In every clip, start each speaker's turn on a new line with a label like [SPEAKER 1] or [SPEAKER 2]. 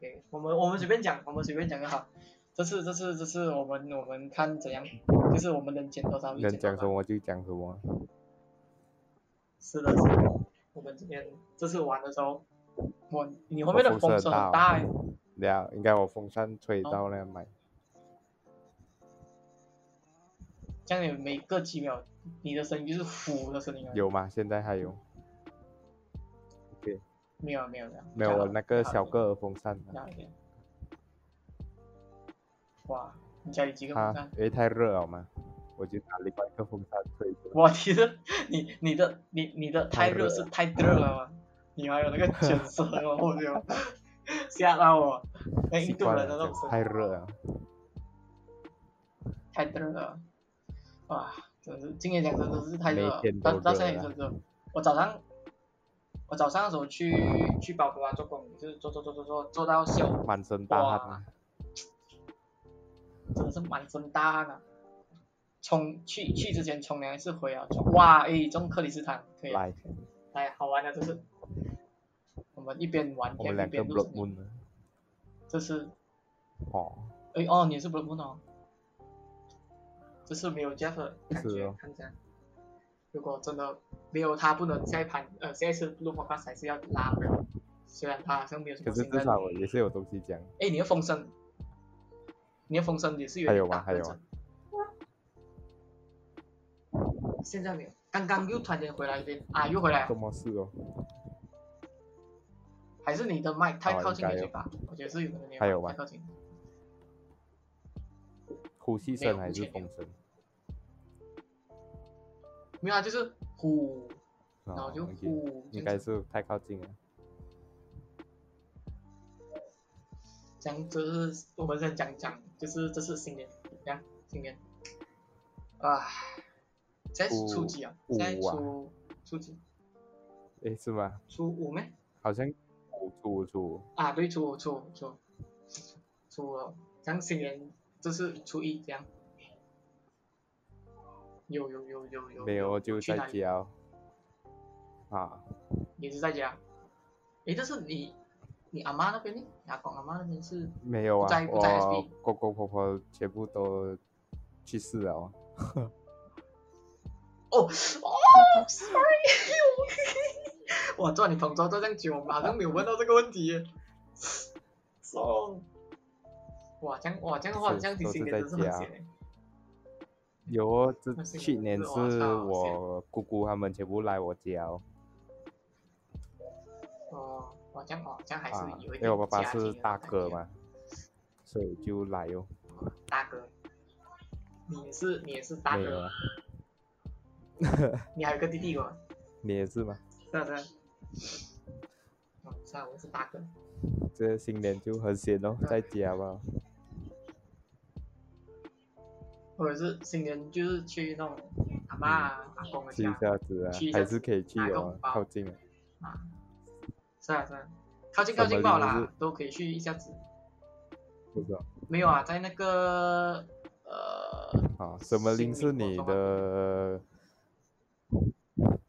[SPEAKER 1] 给我们我们随便讲，我们随便讲就好。这次这次这次我们我们看怎样，就是我们能减多少就
[SPEAKER 2] 能
[SPEAKER 1] 减多
[SPEAKER 2] 讲什
[SPEAKER 1] 少。
[SPEAKER 2] 么就讲什么。
[SPEAKER 1] 是的，是的。我们今天这次玩的时候，我你后面的
[SPEAKER 2] 我
[SPEAKER 1] 风
[SPEAKER 2] 风声
[SPEAKER 1] 声
[SPEAKER 2] 很
[SPEAKER 1] 很
[SPEAKER 2] 大
[SPEAKER 1] 大哦
[SPEAKER 2] 哦
[SPEAKER 1] 哎，
[SPEAKER 2] 对啊，应该我风扇吹到那买。
[SPEAKER 1] 这样你每个几秒你的声音就是呼的声音啊。
[SPEAKER 2] 有吗？现在还有？
[SPEAKER 1] 没有没有没有。
[SPEAKER 2] 没有，
[SPEAKER 1] 这样啊
[SPEAKER 2] 我那个
[SPEAKER 1] 好
[SPEAKER 2] 小个儿风扇啊
[SPEAKER 1] 那一点。啊哇，你家里几个风
[SPEAKER 2] 啊
[SPEAKER 1] 扇？，
[SPEAKER 2] 因为太热了嘛，我就拿另外一个风扇吹 着。
[SPEAKER 1] 哇，其实你你的你你的太
[SPEAKER 2] 太热
[SPEAKER 1] 热是太热了吗？你还有那个卷舌哦，我 就吓到我。那
[SPEAKER 2] 习
[SPEAKER 1] 哎印度
[SPEAKER 2] 惯
[SPEAKER 1] 人
[SPEAKER 2] 了
[SPEAKER 1] 的那种
[SPEAKER 2] 这样
[SPEAKER 1] 声
[SPEAKER 2] 太热了，
[SPEAKER 1] 太热了，哇，真是今天讲真的是太热了
[SPEAKER 2] 每天，都
[SPEAKER 1] 到到现在也
[SPEAKER 2] 热
[SPEAKER 1] 是
[SPEAKER 2] 啊
[SPEAKER 1] 热。我早上我早上的时候去去宝华做工，就是做做做做做做到下午，
[SPEAKER 2] 满身大汗啊。
[SPEAKER 1] 真的是满身大汗啊。冲去去之前冲凉一次，回来冲哇，诶，中克里斯坦可以啊，
[SPEAKER 2] 来，
[SPEAKER 1] 哎，好玩的这是。我们一边玩
[SPEAKER 2] 我
[SPEAKER 1] 一
[SPEAKER 2] 们两个
[SPEAKER 1] 边录
[SPEAKER 2] blood
[SPEAKER 1] 视频，
[SPEAKER 2] moon 了
[SPEAKER 1] 这是
[SPEAKER 2] 哦，
[SPEAKER 1] 哎哦，你是 Blood Moon 哦，这是没有 Jeff 的感
[SPEAKER 2] 是
[SPEAKER 1] 觉，
[SPEAKER 2] 哦
[SPEAKER 1] 看一下。如果真的没有他，不能下一盘呃下一次录 Podcast 还是要拉回来。虽然他好像没有什
[SPEAKER 2] 可
[SPEAKER 1] 么
[SPEAKER 2] 是
[SPEAKER 1] 新
[SPEAKER 2] 至
[SPEAKER 1] 的，
[SPEAKER 2] 少我也是有东西讲。
[SPEAKER 1] 哎，你的风声，你的风声也是有
[SPEAKER 2] 还
[SPEAKER 1] 点
[SPEAKER 2] 有吗
[SPEAKER 1] 大
[SPEAKER 2] 还有
[SPEAKER 1] 那种现在没有，刚刚又突然间回来一遍啊，又回来
[SPEAKER 2] 什
[SPEAKER 1] 了，
[SPEAKER 2] 么事哦？
[SPEAKER 1] 还是你的麦太
[SPEAKER 2] 哦
[SPEAKER 1] 靠近你的
[SPEAKER 2] 应该有
[SPEAKER 1] 嘴巴，我觉得是有可能你的
[SPEAKER 2] 还有
[SPEAKER 1] 麦
[SPEAKER 2] 吧
[SPEAKER 1] 太靠近。
[SPEAKER 2] 呼吸
[SPEAKER 1] 没有
[SPEAKER 2] 声还
[SPEAKER 1] 目
[SPEAKER 2] 是
[SPEAKER 1] 前没有
[SPEAKER 2] 风声？哦
[SPEAKER 1] 没有啊，就是呼，然后
[SPEAKER 2] 哦
[SPEAKER 1] 就
[SPEAKER 2] OK
[SPEAKER 1] 呼，
[SPEAKER 2] 应
[SPEAKER 1] 这样
[SPEAKER 2] 该
[SPEAKER 1] 子
[SPEAKER 2] 是太靠近了。
[SPEAKER 1] 讲就是我们在讲讲，就是这是新年，你看新年，啊，现在是初几啊？
[SPEAKER 2] 五
[SPEAKER 1] 现在
[SPEAKER 2] 五啊
[SPEAKER 1] 初初几？
[SPEAKER 2] 诶，是吗？
[SPEAKER 1] 初五没？
[SPEAKER 2] 好像五出出
[SPEAKER 1] 啊，对，初五，初五，初五，初五了。讲新年，这是初一，这样。有有有有有。
[SPEAKER 2] 没有就
[SPEAKER 1] 去哪
[SPEAKER 2] 在
[SPEAKER 1] 里？
[SPEAKER 2] 家哦。啊，
[SPEAKER 1] 也是在家。诶，这是你你阿妈那边呢？你阿公阿妈那边是
[SPEAKER 2] 没有啊
[SPEAKER 1] 不在，不在
[SPEAKER 2] 我
[SPEAKER 1] SB
[SPEAKER 2] 公公婆婆全部都去世了哦。
[SPEAKER 1] 哦哦，sorry，我做你同桌做这样久，我好像没有问到这个问题耶。so，哇，这样哇这样的话，
[SPEAKER 2] 是
[SPEAKER 1] 这样提
[SPEAKER 2] 都
[SPEAKER 1] 醒
[SPEAKER 2] 是
[SPEAKER 1] 你
[SPEAKER 2] 在
[SPEAKER 1] 真是很
[SPEAKER 2] 家
[SPEAKER 1] 闲耶。
[SPEAKER 2] 有哦，这
[SPEAKER 1] 那是
[SPEAKER 2] 去年
[SPEAKER 1] 我
[SPEAKER 2] 是
[SPEAKER 1] 操
[SPEAKER 2] 我姑姑他们全部来我家哦，
[SPEAKER 1] 哦，哇这样哦这样还是
[SPEAKER 2] 啊，
[SPEAKER 1] 有一
[SPEAKER 2] 因为
[SPEAKER 1] 点
[SPEAKER 2] 我爸爸
[SPEAKER 1] 家庭
[SPEAKER 2] 是
[SPEAKER 1] 的
[SPEAKER 2] 大
[SPEAKER 1] 感
[SPEAKER 2] 哥
[SPEAKER 1] 觉，
[SPEAKER 2] 嘛，所以就来哦。
[SPEAKER 1] 大哥，你也是你也是大
[SPEAKER 2] 没有
[SPEAKER 1] 哥
[SPEAKER 2] 啊，，
[SPEAKER 1] 你还有个弟哦弟吗？
[SPEAKER 2] 你也是吗？
[SPEAKER 1] 是啊是啊。哦，是啊，我是大哥。
[SPEAKER 2] 这新年就很闲哦，
[SPEAKER 1] 嗯
[SPEAKER 2] 在家吧。
[SPEAKER 1] 或者是新年就是去那种阿妈啊、阿公的
[SPEAKER 2] 去一
[SPEAKER 1] 家，
[SPEAKER 2] 下子啊
[SPEAKER 1] 去一，下
[SPEAKER 2] 还
[SPEAKER 1] 子
[SPEAKER 2] 是可以去
[SPEAKER 1] 拿个
[SPEAKER 2] 哦
[SPEAKER 1] 红，包
[SPEAKER 2] 靠近啊。
[SPEAKER 1] 啊，是啊是啊，靠近靠近爆啦，都可以去一下子。
[SPEAKER 2] 不知道
[SPEAKER 1] 没有啊，在那个呃
[SPEAKER 2] 啊，什么
[SPEAKER 1] 新
[SPEAKER 2] 林
[SPEAKER 1] 民
[SPEAKER 2] 是
[SPEAKER 1] 国
[SPEAKER 2] 你
[SPEAKER 1] 中啊
[SPEAKER 2] 的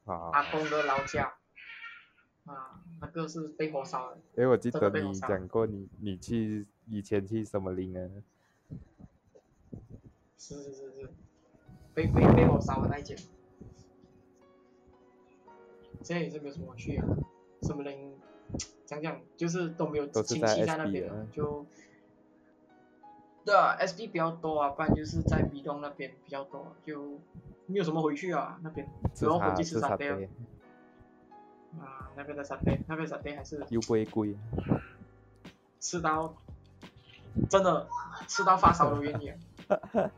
[SPEAKER 2] 啊？
[SPEAKER 1] 阿公的老家啊，那个是被火烧的。
[SPEAKER 2] 因为我记
[SPEAKER 1] 这
[SPEAKER 2] 得
[SPEAKER 1] 个被我
[SPEAKER 2] 你
[SPEAKER 1] 杀
[SPEAKER 2] 讲过你，你去以前去什么林啊？
[SPEAKER 1] 是是是是，被被被火烧的那一间，现在也是没有什么去啊，什么人讲讲就是都没有
[SPEAKER 2] 都是
[SPEAKER 1] 亲
[SPEAKER 2] 在
[SPEAKER 1] 戚在那
[SPEAKER 2] SB
[SPEAKER 1] 边
[SPEAKER 2] 啊
[SPEAKER 1] 了，就对啊，SB 比较多啊，不然就是在 B 栋那边比较多，就没有什么回去啊那边
[SPEAKER 2] 吃
[SPEAKER 1] 然后
[SPEAKER 2] 啥
[SPEAKER 1] 回去
[SPEAKER 2] 吃
[SPEAKER 1] 吃
[SPEAKER 2] 啥
[SPEAKER 1] 沙爹
[SPEAKER 2] 的
[SPEAKER 1] 哦，啊那边的沙爹，那边沙爹还是
[SPEAKER 2] 又不会贵。
[SPEAKER 1] 吃到真的吃到发烧都愿意 了。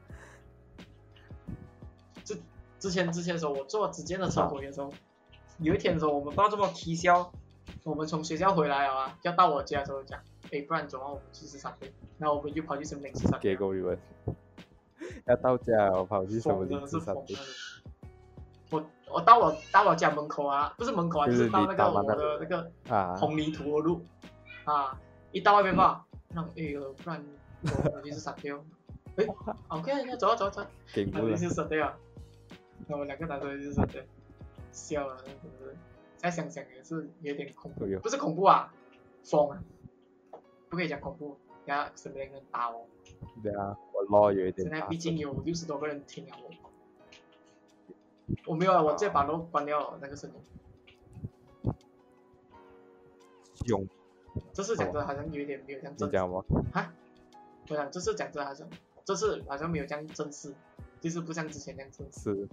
[SPEAKER 1] 之之前之前的时候，我坐之
[SPEAKER 2] 啊
[SPEAKER 1] 前的车回的时候，有一天的时候，我们不知道这么提消，我们从学校回来了啊，要到我家的时候讲，哎，不然走啊，我们去吃沙爹，然后我们就跑去什么零食沙
[SPEAKER 2] 给
[SPEAKER 1] 爹，
[SPEAKER 2] 狗语文，要到家我跑去什么
[SPEAKER 1] 疯
[SPEAKER 2] 林
[SPEAKER 1] 真的
[SPEAKER 2] 吃
[SPEAKER 1] 是
[SPEAKER 2] 啥
[SPEAKER 1] 疯
[SPEAKER 2] 爹
[SPEAKER 1] 了。我我到我到我家门口啊，不是门口啊，
[SPEAKER 2] 就
[SPEAKER 1] 就是是到
[SPEAKER 2] 你
[SPEAKER 1] 那个
[SPEAKER 2] 到
[SPEAKER 1] 我
[SPEAKER 2] 那
[SPEAKER 1] 的那个
[SPEAKER 2] 啊？
[SPEAKER 1] 红泥土路啊，一到外面吧，那哎呦，不然我我就是傻掉。 哎，OK，那走啊走啊走啊，
[SPEAKER 2] 给
[SPEAKER 1] 那
[SPEAKER 2] 不
[SPEAKER 1] 我
[SPEAKER 2] 了
[SPEAKER 1] 就，是傻掉啊。那我两个男生就是傻掉，啊笑了，真的是。再想想也是有点恐怖，
[SPEAKER 2] 哎呦
[SPEAKER 1] 不是恐怖啊，疯啊！不可以讲恐怖，等下身边人打我。
[SPEAKER 2] 对啊，我捞有一点
[SPEAKER 1] 现在
[SPEAKER 2] 大
[SPEAKER 1] 毕竟有六十多个人听啊我。我没有啊，我直接把 l 关掉了那个声音。
[SPEAKER 2] 用
[SPEAKER 1] 这次讲真的好像有一点没有像
[SPEAKER 2] 你
[SPEAKER 1] 正
[SPEAKER 2] 讲吗？
[SPEAKER 1] 啊，我想这次讲真的好像这次好像没有这样正式，就是不像之前那样正式，
[SPEAKER 2] 是，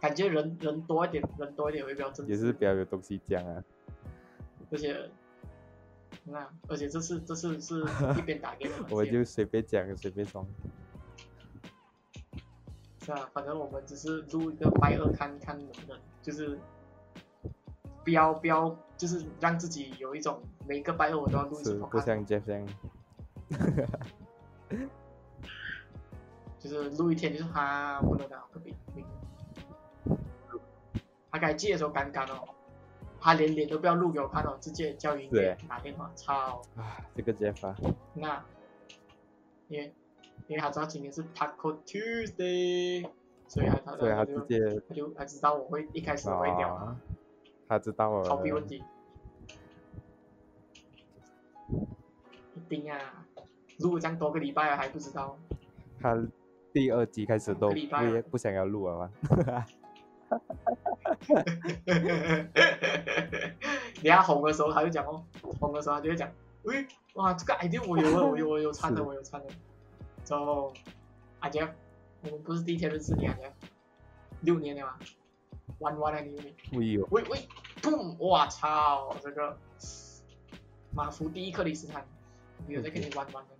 [SPEAKER 1] 感觉人人多一点，人多一点会比较正式。
[SPEAKER 2] 也是比较有东西讲啊。
[SPEAKER 1] 而且，那啊而且这次这次是一边打给我们
[SPEAKER 2] 我
[SPEAKER 1] 接
[SPEAKER 2] 就随便讲，随便装。
[SPEAKER 1] 是啊，反正我们只是录一个白二看看能不能，就是不要不要，就是让自己有一种每个白二我都要录一次
[SPEAKER 2] 是不
[SPEAKER 1] podcast，
[SPEAKER 2] 像 Jeff 这样，
[SPEAKER 1] 就是录一天就是哈不能打隔壁。明他开机的时候尴尬哦，他连脸都不要录给我看哦，直接叫云姐打电话，操！
[SPEAKER 2] 啊，这个 Jeff 啊，
[SPEAKER 1] 那，因为因为他知道今天是 Taco Tuesday，所以他他
[SPEAKER 2] 所以他
[SPEAKER 1] 他
[SPEAKER 2] 直
[SPEAKER 1] 就
[SPEAKER 2] 接
[SPEAKER 1] 他就他知道我会一开始我会聊
[SPEAKER 2] 啊，他知道我
[SPEAKER 1] 逃避问题，一定啊！如果这样多个礼拜了还不知道，
[SPEAKER 2] 他第二集开始
[SPEAKER 1] 两个
[SPEAKER 2] 都
[SPEAKER 1] 礼拜
[SPEAKER 2] 不
[SPEAKER 1] 啊
[SPEAKER 2] 不想要录了 嘛，
[SPEAKER 1] 你要红的时候他就讲哦，红的时候他就会讲，喂，哇，这个 idea 我有了，我有我有参的，
[SPEAKER 2] 是
[SPEAKER 1] 我有参的。之后，阿杰，我们不是第一天认识你阿杰，六年了嘛，玩玩了你你。
[SPEAKER 2] 故意哦，
[SPEAKER 1] 喂喂，砰！我操，这个马福第一克里斯坦，没有在跟你玩玩的。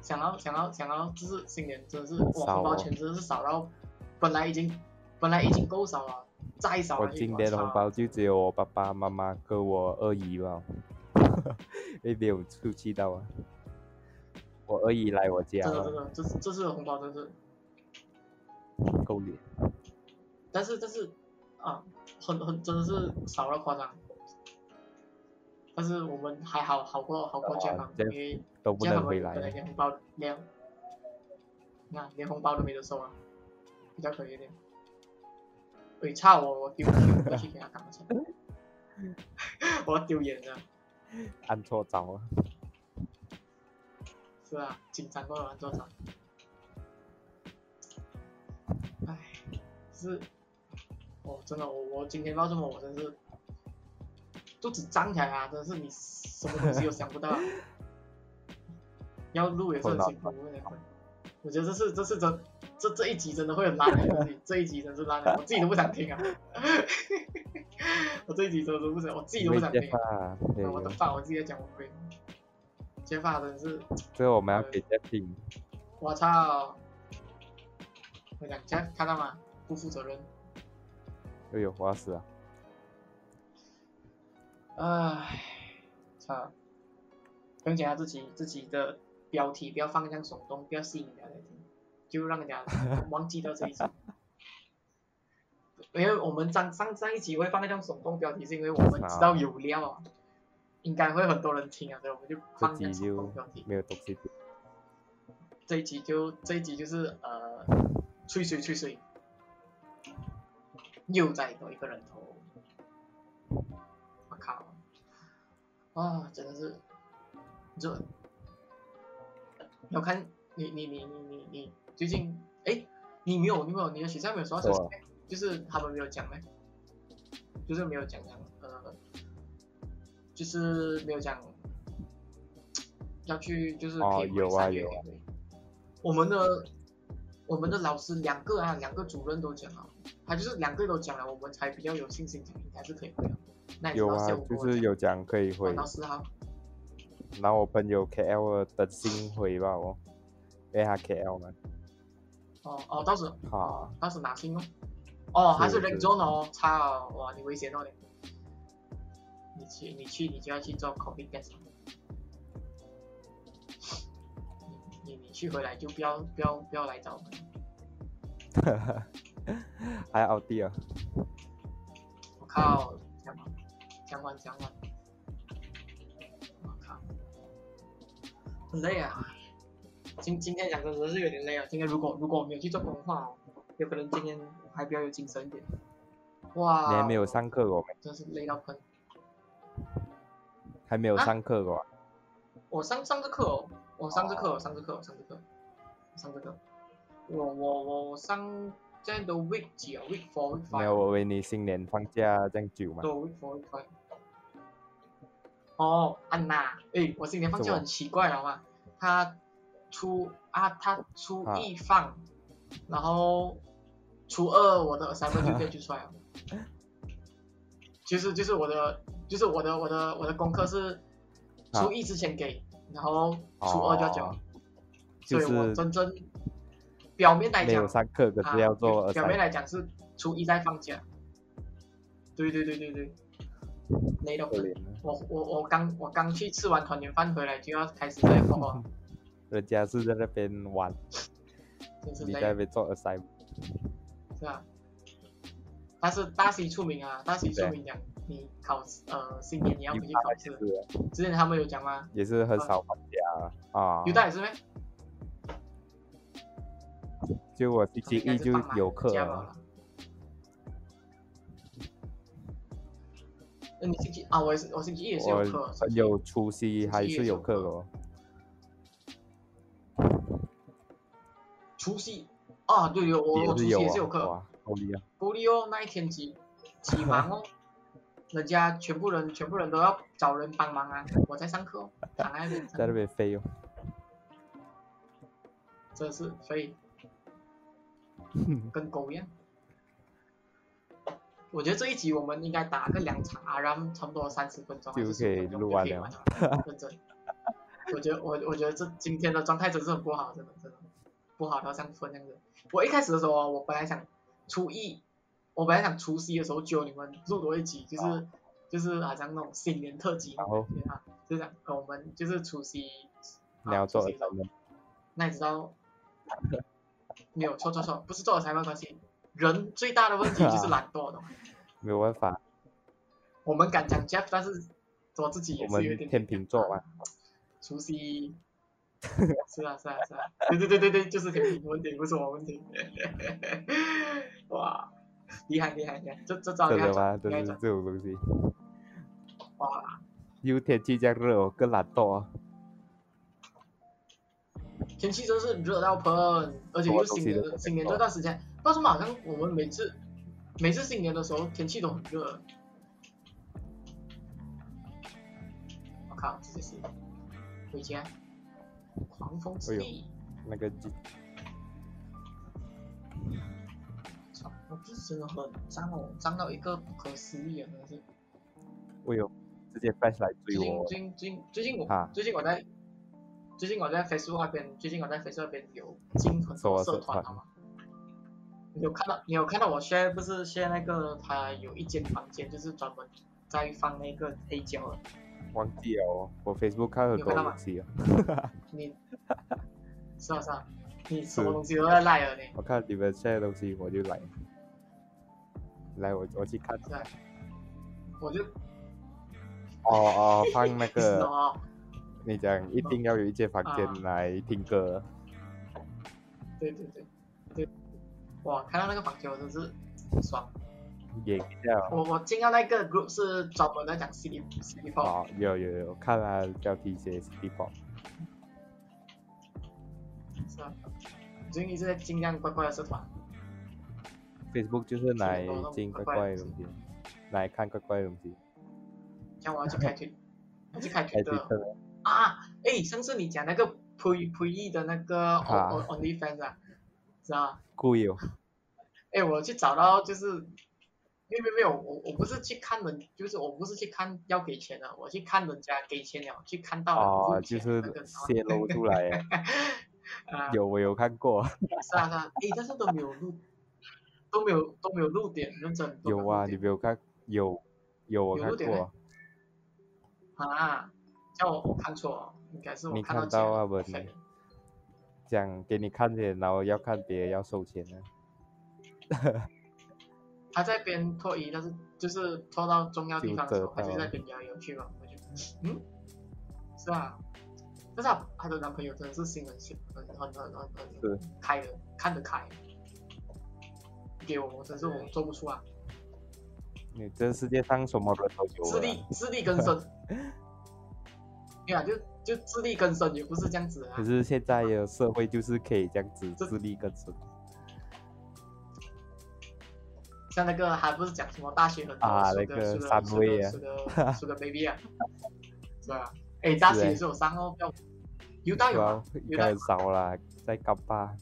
[SPEAKER 1] 想要想要想要，就是新年真的是哇，
[SPEAKER 2] 少
[SPEAKER 1] 红包
[SPEAKER 2] 哦
[SPEAKER 1] 钱真的是少到，本来已经本来已经够少了，再少
[SPEAKER 2] 我
[SPEAKER 1] 了。
[SPEAKER 2] 今天的红包就只有我爸爸妈妈跟我二姨 吧，因为没有出去到啊。我二姨来我家
[SPEAKER 1] 真的真
[SPEAKER 2] 了，
[SPEAKER 1] 的，这次这次的红包真是，
[SPEAKER 2] 够脸。
[SPEAKER 1] 但是但是啊，很很真的是少到夸张。但是我们还好好过好过健康
[SPEAKER 2] 哦，这
[SPEAKER 1] 因
[SPEAKER 2] 样
[SPEAKER 1] 为。
[SPEAKER 2] 都不
[SPEAKER 1] 这样
[SPEAKER 2] 能
[SPEAKER 1] 他
[SPEAKER 2] 回
[SPEAKER 1] 们
[SPEAKER 2] 来
[SPEAKER 1] 本来
[SPEAKER 2] 了，
[SPEAKER 1] 连红包连，那连红包都没得收啊，比较可怜一点。鬼差我我丢回去给他打 钱， 我要丢脸了。
[SPEAKER 2] 按错招啊，
[SPEAKER 1] 是啊，紧张过了多少？唉，是，我真的我我今天到这么我真是肚子胀起来啊！真是你什么东西都想不到啊，要录也是很辛苦的。我觉得这是这是真这这一集真的会很烂的东西，这一集真是烂的，我自己都不想听啊！ 我这一集真的是不想，我自己都不
[SPEAKER 2] 没
[SPEAKER 1] 想
[SPEAKER 2] 接
[SPEAKER 1] 听
[SPEAKER 2] 发
[SPEAKER 1] 啊。
[SPEAKER 2] 啊，对
[SPEAKER 1] 我的发我自己在讲我亏，接发真的是。
[SPEAKER 2] 这个我们要给 Jeff 听，
[SPEAKER 1] 我操！我讲，看看到吗？不负责任。
[SPEAKER 2] 哎呦，我要死啊！
[SPEAKER 1] 唉，操！跟讲下自己自己的标题，不要放这样耸动，不要吸引人家来听，就让人家忘记掉这一集。 因为我们上上上一集会放那种耸动标题，是因为我们知道有料啊，应该会很多人听啊，所以我们就放这
[SPEAKER 2] 这
[SPEAKER 1] 样
[SPEAKER 2] 集
[SPEAKER 1] 耸动
[SPEAKER 2] 就
[SPEAKER 1] 标题。
[SPEAKER 2] 没有东西听，
[SPEAKER 1] 这一集就这一集就是呃，吹水吹水，又再多一个人头，我靠，啊，真的是，这，要看你你你你你你最近哎，你没有你没有你的学校没有收到消息
[SPEAKER 2] 我
[SPEAKER 1] 咩，就是他们没有讲咩，就是没有讲讲呃，就是没有讲要去就是
[SPEAKER 2] 哦
[SPEAKER 1] 可以回
[SPEAKER 2] 有啊
[SPEAKER 1] 三月
[SPEAKER 2] 有
[SPEAKER 1] 内
[SPEAKER 2] 啊
[SPEAKER 1] 回我们的我们的老师两个啊，两个主任都讲了，他就是两个都讲了，我们才比较有信心讲应该是可以回了。那你知
[SPEAKER 2] 有
[SPEAKER 1] 道
[SPEAKER 2] 啊
[SPEAKER 1] 下午，跟
[SPEAKER 2] 就
[SPEAKER 1] 我
[SPEAKER 2] 是
[SPEAKER 1] 讲
[SPEAKER 2] 有讲可以回
[SPEAKER 1] 玩，到四号，
[SPEAKER 2] 然后我朋友 KL 的等新回吧哦，因为他 KL 嘛，
[SPEAKER 1] 哦哦，到时
[SPEAKER 2] 哈，
[SPEAKER 1] 当时拿星哦，哦，还是
[SPEAKER 2] 是
[SPEAKER 1] Red
[SPEAKER 2] 是
[SPEAKER 1] Zone 哦，差哦，哇，你危险哦你，你去你去你就要去做 COVID test，你你你去回来就不要不要不要来找我们，
[SPEAKER 2] 还有奥迪啊，
[SPEAKER 1] 我靠，讲完讲完讲完，我靠，很累啊，今今天讲真的是有点累啊，今天如果如果我没有去做工的话哦，有可能今天还比较有精神一点。哇，
[SPEAKER 2] 你还没有，上课过没？
[SPEAKER 1] 真是累到喷。
[SPEAKER 2] 还没有
[SPEAKER 1] 啊
[SPEAKER 2] 上课过啊、
[SPEAKER 1] 我上上这课哦，我上这课哦，上这课哦，上这课哦，上这课。我我我我上现在都 week 几啊？week four week
[SPEAKER 2] 没有，
[SPEAKER 1] five。
[SPEAKER 2] 我以为你新年放假这样久嘛
[SPEAKER 1] 对。，week four week five。哦，安娜，诶，我今年放
[SPEAKER 2] 什
[SPEAKER 1] 假
[SPEAKER 2] 么
[SPEAKER 1] 很奇怪，好吗？他初啊，他初
[SPEAKER 2] 啊
[SPEAKER 1] 一放，然后初二我的 assignment 就变就出来了。 就是就是我的就是我的我的我的功课是
[SPEAKER 2] 啊
[SPEAKER 1] 初一之前给，然后初二就要交。
[SPEAKER 2] 哦就
[SPEAKER 1] 所以我
[SPEAKER 2] 是
[SPEAKER 1] 真正表面来
[SPEAKER 2] 没有
[SPEAKER 1] 讲，
[SPEAKER 2] 上课，可
[SPEAKER 1] 啊
[SPEAKER 2] 是要做
[SPEAKER 1] 表
[SPEAKER 2] 二
[SPEAKER 1] 表面
[SPEAKER 2] 三。
[SPEAKER 1] 来讲是初一在放假。对对对对对，累到
[SPEAKER 2] 可怜啊了，
[SPEAKER 1] 我我我刚我刚去吃完团圆饭回来就要开始 在疯了，
[SPEAKER 2] 人家是在那边玩，
[SPEAKER 1] 真是
[SPEAKER 2] 你
[SPEAKER 1] 累
[SPEAKER 2] 在那，边做 assignment。
[SPEAKER 1] 是啊。但是大西出名啊，大西出
[SPEAKER 2] 对
[SPEAKER 1] 名讲你考试呃新年你要
[SPEAKER 2] 一
[SPEAKER 1] 回去嗯
[SPEAKER 2] 般
[SPEAKER 1] 考试，
[SPEAKER 2] 是
[SPEAKER 1] 之前他们有讲吗？
[SPEAKER 2] 也是很少放假啊。
[SPEAKER 1] 犹大也是咩？
[SPEAKER 2] 就我
[SPEAKER 1] 他
[SPEAKER 2] 星
[SPEAKER 1] 们
[SPEAKER 2] 期
[SPEAKER 1] 应该
[SPEAKER 2] 一
[SPEAKER 1] 是
[SPEAKER 2] 就
[SPEAKER 1] 放满
[SPEAKER 2] 有课
[SPEAKER 1] 假
[SPEAKER 2] 了
[SPEAKER 1] 吧。那你星期啊，我也是，我星期一也是有
[SPEAKER 2] 我
[SPEAKER 1] 课，
[SPEAKER 2] 很有出
[SPEAKER 1] 星
[SPEAKER 2] 息，
[SPEAKER 1] 期
[SPEAKER 2] 还
[SPEAKER 1] 一也
[SPEAKER 2] 是
[SPEAKER 1] 是
[SPEAKER 2] 有
[SPEAKER 1] 有
[SPEAKER 2] 课
[SPEAKER 1] 课
[SPEAKER 2] 哦。
[SPEAKER 1] 除夕啊，对有我我
[SPEAKER 2] 也
[SPEAKER 1] 除
[SPEAKER 2] 是
[SPEAKER 1] 夕
[SPEAKER 2] 有
[SPEAKER 1] 也
[SPEAKER 2] 啊
[SPEAKER 1] 是有课，
[SPEAKER 2] 哇，好厉害！
[SPEAKER 1] 玻璃哦那一天几几忙 哦，人家全部人全部人都要找人帮忙啊，我在上课哦，躺在那边
[SPEAKER 2] 在那
[SPEAKER 1] 上，
[SPEAKER 2] 边飞哦。
[SPEAKER 1] 真的是所以跟狗一样。我觉得这一集我们应该打个两场啊，然后差不多三十分钟还是
[SPEAKER 2] 就可以
[SPEAKER 1] 15分钟
[SPEAKER 2] 录
[SPEAKER 1] 就
[SPEAKER 2] 完
[SPEAKER 1] 可以
[SPEAKER 2] 了
[SPEAKER 1] 完了。认真，我觉得我我觉得这今天的状态真是很不好，真的真的不好到像分这样子。我一开始的时候啊，我本来想初一，我本来想除夕的时候揪你们录多一集，就是、
[SPEAKER 2] 啊
[SPEAKER 1] 就是好像那种新年特辑那种感觉啊，就是讲呃我们就是除夕，
[SPEAKER 2] 你要做
[SPEAKER 1] 啊除夕的时候
[SPEAKER 2] assignment，
[SPEAKER 1] 那你知道？没有错错错，不是做了才没关系。人最大的问题就是懒惰，懂吗？
[SPEAKER 2] 没有办法，
[SPEAKER 1] 我们敢讲 Jeff，但是我自己也
[SPEAKER 2] 我
[SPEAKER 1] 是有
[SPEAKER 2] 们
[SPEAKER 1] 一点
[SPEAKER 2] 天秤座嘛，
[SPEAKER 1] 除夕。是啊是啊是啊，对对对对对，就是天平问题，不是我问题。 哇，厉害厉害厉害，这这招
[SPEAKER 2] 真
[SPEAKER 1] 厉害
[SPEAKER 2] 的吗？
[SPEAKER 1] 转，
[SPEAKER 2] 真
[SPEAKER 1] 厉
[SPEAKER 2] 的
[SPEAKER 1] 害
[SPEAKER 2] 是
[SPEAKER 1] 转，
[SPEAKER 2] 这种东西。
[SPEAKER 1] 哇，
[SPEAKER 2] 又天气这样热哦，更懒惰啊。
[SPEAKER 1] 天气真是热到喷，而且又新年的新年这段时间，不知道为什么好像我们每次每次新年的时候天气都很热。我靠，这是回家，狂风之力。
[SPEAKER 2] 那个鸡
[SPEAKER 1] 操，我不是真的很脏哦，脏到一个不可思议啊！真的是。
[SPEAKER 2] 哎呦，直接 flash 来
[SPEAKER 1] 最
[SPEAKER 2] 追
[SPEAKER 1] 近
[SPEAKER 2] 我
[SPEAKER 1] 最近最近最近我、
[SPEAKER 2] 啊
[SPEAKER 1] 最近我在最近我在 Facebook 那边，最近我在 Facebook 那边有进很
[SPEAKER 2] 什么
[SPEAKER 1] 多
[SPEAKER 2] 社
[SPEAKER 1] 社
[SPEAKER 2] 团
[SPEAKER 1] 团，好吗？你有看到你有看到我现在不是现在那个他有一间房间，就是专门在放那个黑胶的，
[SPEAKER 2] 忘记了哦，我 Facebook 看很
[SPEAKER 1] 有
[SPEAKER 2] 多
[SPEAKER 1] 看到吗
[SPEAKER 2] 东西啊，
[SPEAKER 1] 你是啊是啊，你什么东西都在赖了你，
[SPEAKER 2] 我看你们晒的东西我就来，来我我去 看。
[SPEAKER 1] 是啊，我就
[SPEAKER 2] 哦哦，放那
[SPEAKER 1] 你 死
[SPEAKER 2] 个，
[SPEAKER 1] 哦。
[SPEAKER 2] 你讲一定要有一间房
[SPEAKER 1] 啊
[SPEAKER 2] 间来听歌，
[SPEAKER 1] 对对对对，哇，看到那个房间我真是爽。
[SPEAKER 2] 演一下哦。
[SPEAKER 1] 我我进到那个 group 是专门在讲 CD CD pop，
[SPEAKER 2] 哦，有有有，看他标题写 City Pop，
[SPEAKER 1] 是啊，最近一直在尽量乖乖的社团，
[SPEAKER 2] Facebook 就是来
[SPEAKER 1] 什么都
[SPEAKER 2] 进怪
[SPEAKER 1] 怪
[SPEAKER 2] 怪
[SPEAKER 1] 怪
[SPEAKER 2] 的
[SPEAKER 1] 的
[SPEAKER 2] 东西，来看怪怪的东西。
[SPEAKER 1] 像我要去开 推，要去开
[SPEAKER 2] 开
[SPEAKER 1] 推
[SPEAKER 2] 始
[SPEAKER 1] 的啊！哎，上次你讲那个 pre pre e 的那个 on
[SPEAKER 2] 啊
[SPEAKER 1] on only fans 啊，是啊，
[SPEAKER 2] 故 意哦，
[SPEAKER 1] 哎，我去找到就是，没有没有没有，我我不是去看人，就是我不是去看要给钱的，我去看人家给钱了，去看到了
[SPEAKER 2] 哦，
[SPEAKER 1] 付
[SPEAKER 2] 就
[SPEAKER 1] 钱
[SPEAKER 2] 是
[SPEAKER 1] 啊那个，然后
[SPEAKER 2] 泄露出来，
[SPEAKER 1] 啊，
[SPEAKER 2] 有我有看 过，
[SPEAKER 1] 是啊是啊，哎，但是都没有录，都没有都没有录点，认真都没
[SPEAKER 2] 有啊，
[SPEAKER 1] 录
[SPEAKER 2] 你
[SPEAKER 1] 点
[SPEAKER 2] 没有看？有有我
[SPEAKER 1] 有
[SPEAKER 2] 看
[SPEAKER 1] 露点
[SPEAKER 2] 过，
[SPEAKER 1] 啊，叫我我看错了，应该是我
[SPEAKER 2] 你
[SPEAKER 1] 看到
[SPEAKER 2] 看到啊
[SPEAKER 1] 我
[SPEAKER 2] 文讲给你看见，然后要看别人要收钱的，
[SPEAKER 1] 他在边脱衣，但是就是脱到重要地方的时候，
[SPEAKER 2] 就
[SPEAKER 1] 他
[SPEAKER 2] 折到
[SPEAKER 1] 就在边摇来摇去嘛，我就嗯，是啊，但是她她的男朋友真的是心很细很很很很
[SPEAKER 2] 是
[SPEAKER 1] 很开的，看得开，给我我真是我做不出啊，
[SPEAKER 2] 你这世界上什么人都有啊
[SPEAKER 1] 自
[SPEAKER 2] 了
[SPEAKER 1] 力自力更 生。对啊，就就自力更生也不是这样子的啊
[SPEAKER 2] 可。是现在的社会就是可以这样子
[SPEAKER 1] 这
[SPEAKER 2] 自力更生
[SPEAKER 1] 像那个还不是讲什么大学很多
[SPEAKER 2] 啊
[SPEAKER 1] 输的
[SPEAKER 2] 那个
[SPEAKER 1] 输的
[SPEAKER 2] 三
[SPEAKER 1] 输
[SPEAKER 2] 位
[SPEAKER 1] 的
[SPEAKER 2] 啊
[SPEAKER 1] 输 的输的 baby 啊，是吧？哎，
[SPEAKER 2] 啊
[SPEAKER 1] 大学也是有上哦，不要有大
[SPEAKER 2] 是
[SPEAKER 1] 有
[SPEAKER 2] 吧
[SPEAKER 1] 啊，？
[SPEAKER 2] 应
[SPEAKER 1] 有大
[SPEAKER 2] 该很少啦，在高坝，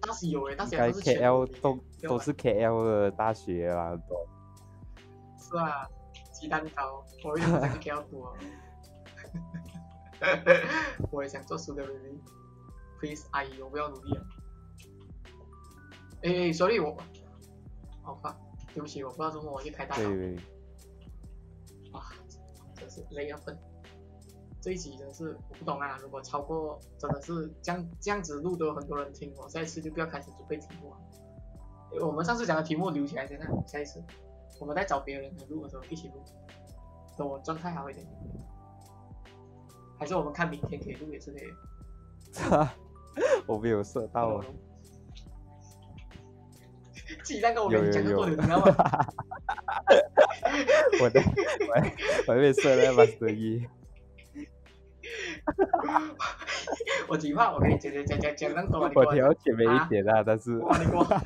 [SPEAKER 1] 大学有哎，大
[SPEAKER 2] 应
[SPEAKER 1] 学还
[SPEAKER 2] 该
[SPEAKER 1] 不是全国
[SPEAKER 2] KL
[SPEAKER 1] 第一
[SPEAKER 2] 都
[SPEAKER 1] 对
[SPEAKER 2] 都
[SPEAKER 1] 吧
[SPEAKER 2] 是 KL 的大学啦，很多
[SPEAKER 1] 是啊，鸡蛋 糕，我为什么想去 KL 读啊？我也想做 Sugar Baby。Please，阿姨，我不要努力了。哎、哎所以我，好吧，对不起，我不知道怎么我去开大号，
[SPEAKER 2] 对，
[SPEAKER 1] 真是累要分。这一集真是我不懂啊，如果超过真的是这样这样子录都有很多人听，我下一次就不要开始准备题目了。诶我们上次讲的题目留起来先啊，下一次我们再找别人来录的时候一起录，等我状态好一点。还是我们看明天可以录也是可以。
[SPEAKER 2] 我没有射到，
[SPEAKER 1] 鸡蛋糕我
[SPEAKER 2] 有
[SPEAKER 1] 跟你
[SPEAKER 2] 有
[SPEAKER 1] 讲
[SPEAKER 2] 有
[SPEAKER 1] 过的，你知道吗？
[SPEAKER 2] 我的我还我还没射到 master 一，
[SPEAKER 1] 我几怕我跟你讲讲讲讲讲那么多，你给
[SPEAKER 2] 我
[SPEAKER 1] 我
[SPEAKER 2] 调前面
[SPEAKER 1] 啊
[SPEAKER 2] 一点啊，但是
[SPEAKER 1] 哇， 你给我哈，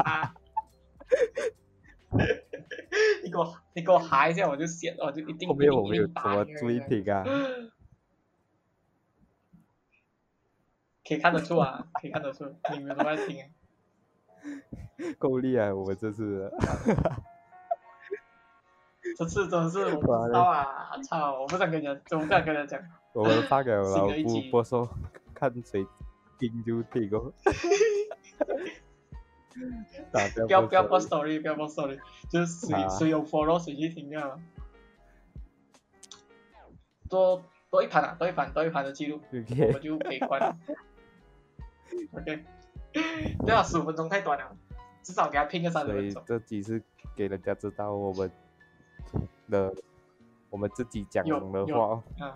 [SPEAKER 1] 你给我你给我哈一下，我就显，我就一定
[SPEAKER 2] 后面我
[SPEAKER 1] 一定
[SPEAKER 2] 没有
[SPEAKER 1] 一定
[SPEAKER 2] 怎
[SPEAKER 1] 打
[SPEAKER 2] 么
[SPEAKER 1] 你
[SPEAKER 2] 注意
[SPEAKER 1] 了
[SPEAKER 2] 听啊，
[SPEAKER 1] 可以看得出啊，可以看得出，你们都在听啊。
[SPEAKER 2] 够力啊，我们这次
[SPEAKER 1] 这次真的是我不知道啊，操！我不想跟人家，我不想跟人家讲。
[SPEAKER 2] 我们发给
[SPEAKER 1] 新
[SPEAKER 2] 老
[SPEAKER 1] 的一
[SPEAKER 2] 布
[SPEAKER 1] 集
[SPEAKER 2] 播说，看谁听就听 哦。打 不
[SPEAKER 1] 不要不要
[SPEAKER 2] 播
[SPEAKER 1] 播
[SPEAKER 2] 手
[SPEAKER 1] story，不要播 story，就是谁、
[SPEAKER 2] 啊
[SPEAKER 1] 谁有 follow 谁去听啊。多多一盘啊，多一盘，多一盘的记录。我
[SPEAKER 2] OK，
[SPEAKER 1] 们就可以关了。OK，对啊，十五分钟太短了，至少给他拼个三十
[SPEAKER 2] 所
[SPEAKER 1] 分
[SPEAKER 2] 以
[SPEAKER 1] 钟。
[SPEAKER 2] 这集是给人家知道我们的我们自己讲
[SPEAKER 1] 有
[SPEAKER 2] 的
[SPEAKER 1] 有
[SPEAKER 2] 话，
[SPEAKER 1] 啊，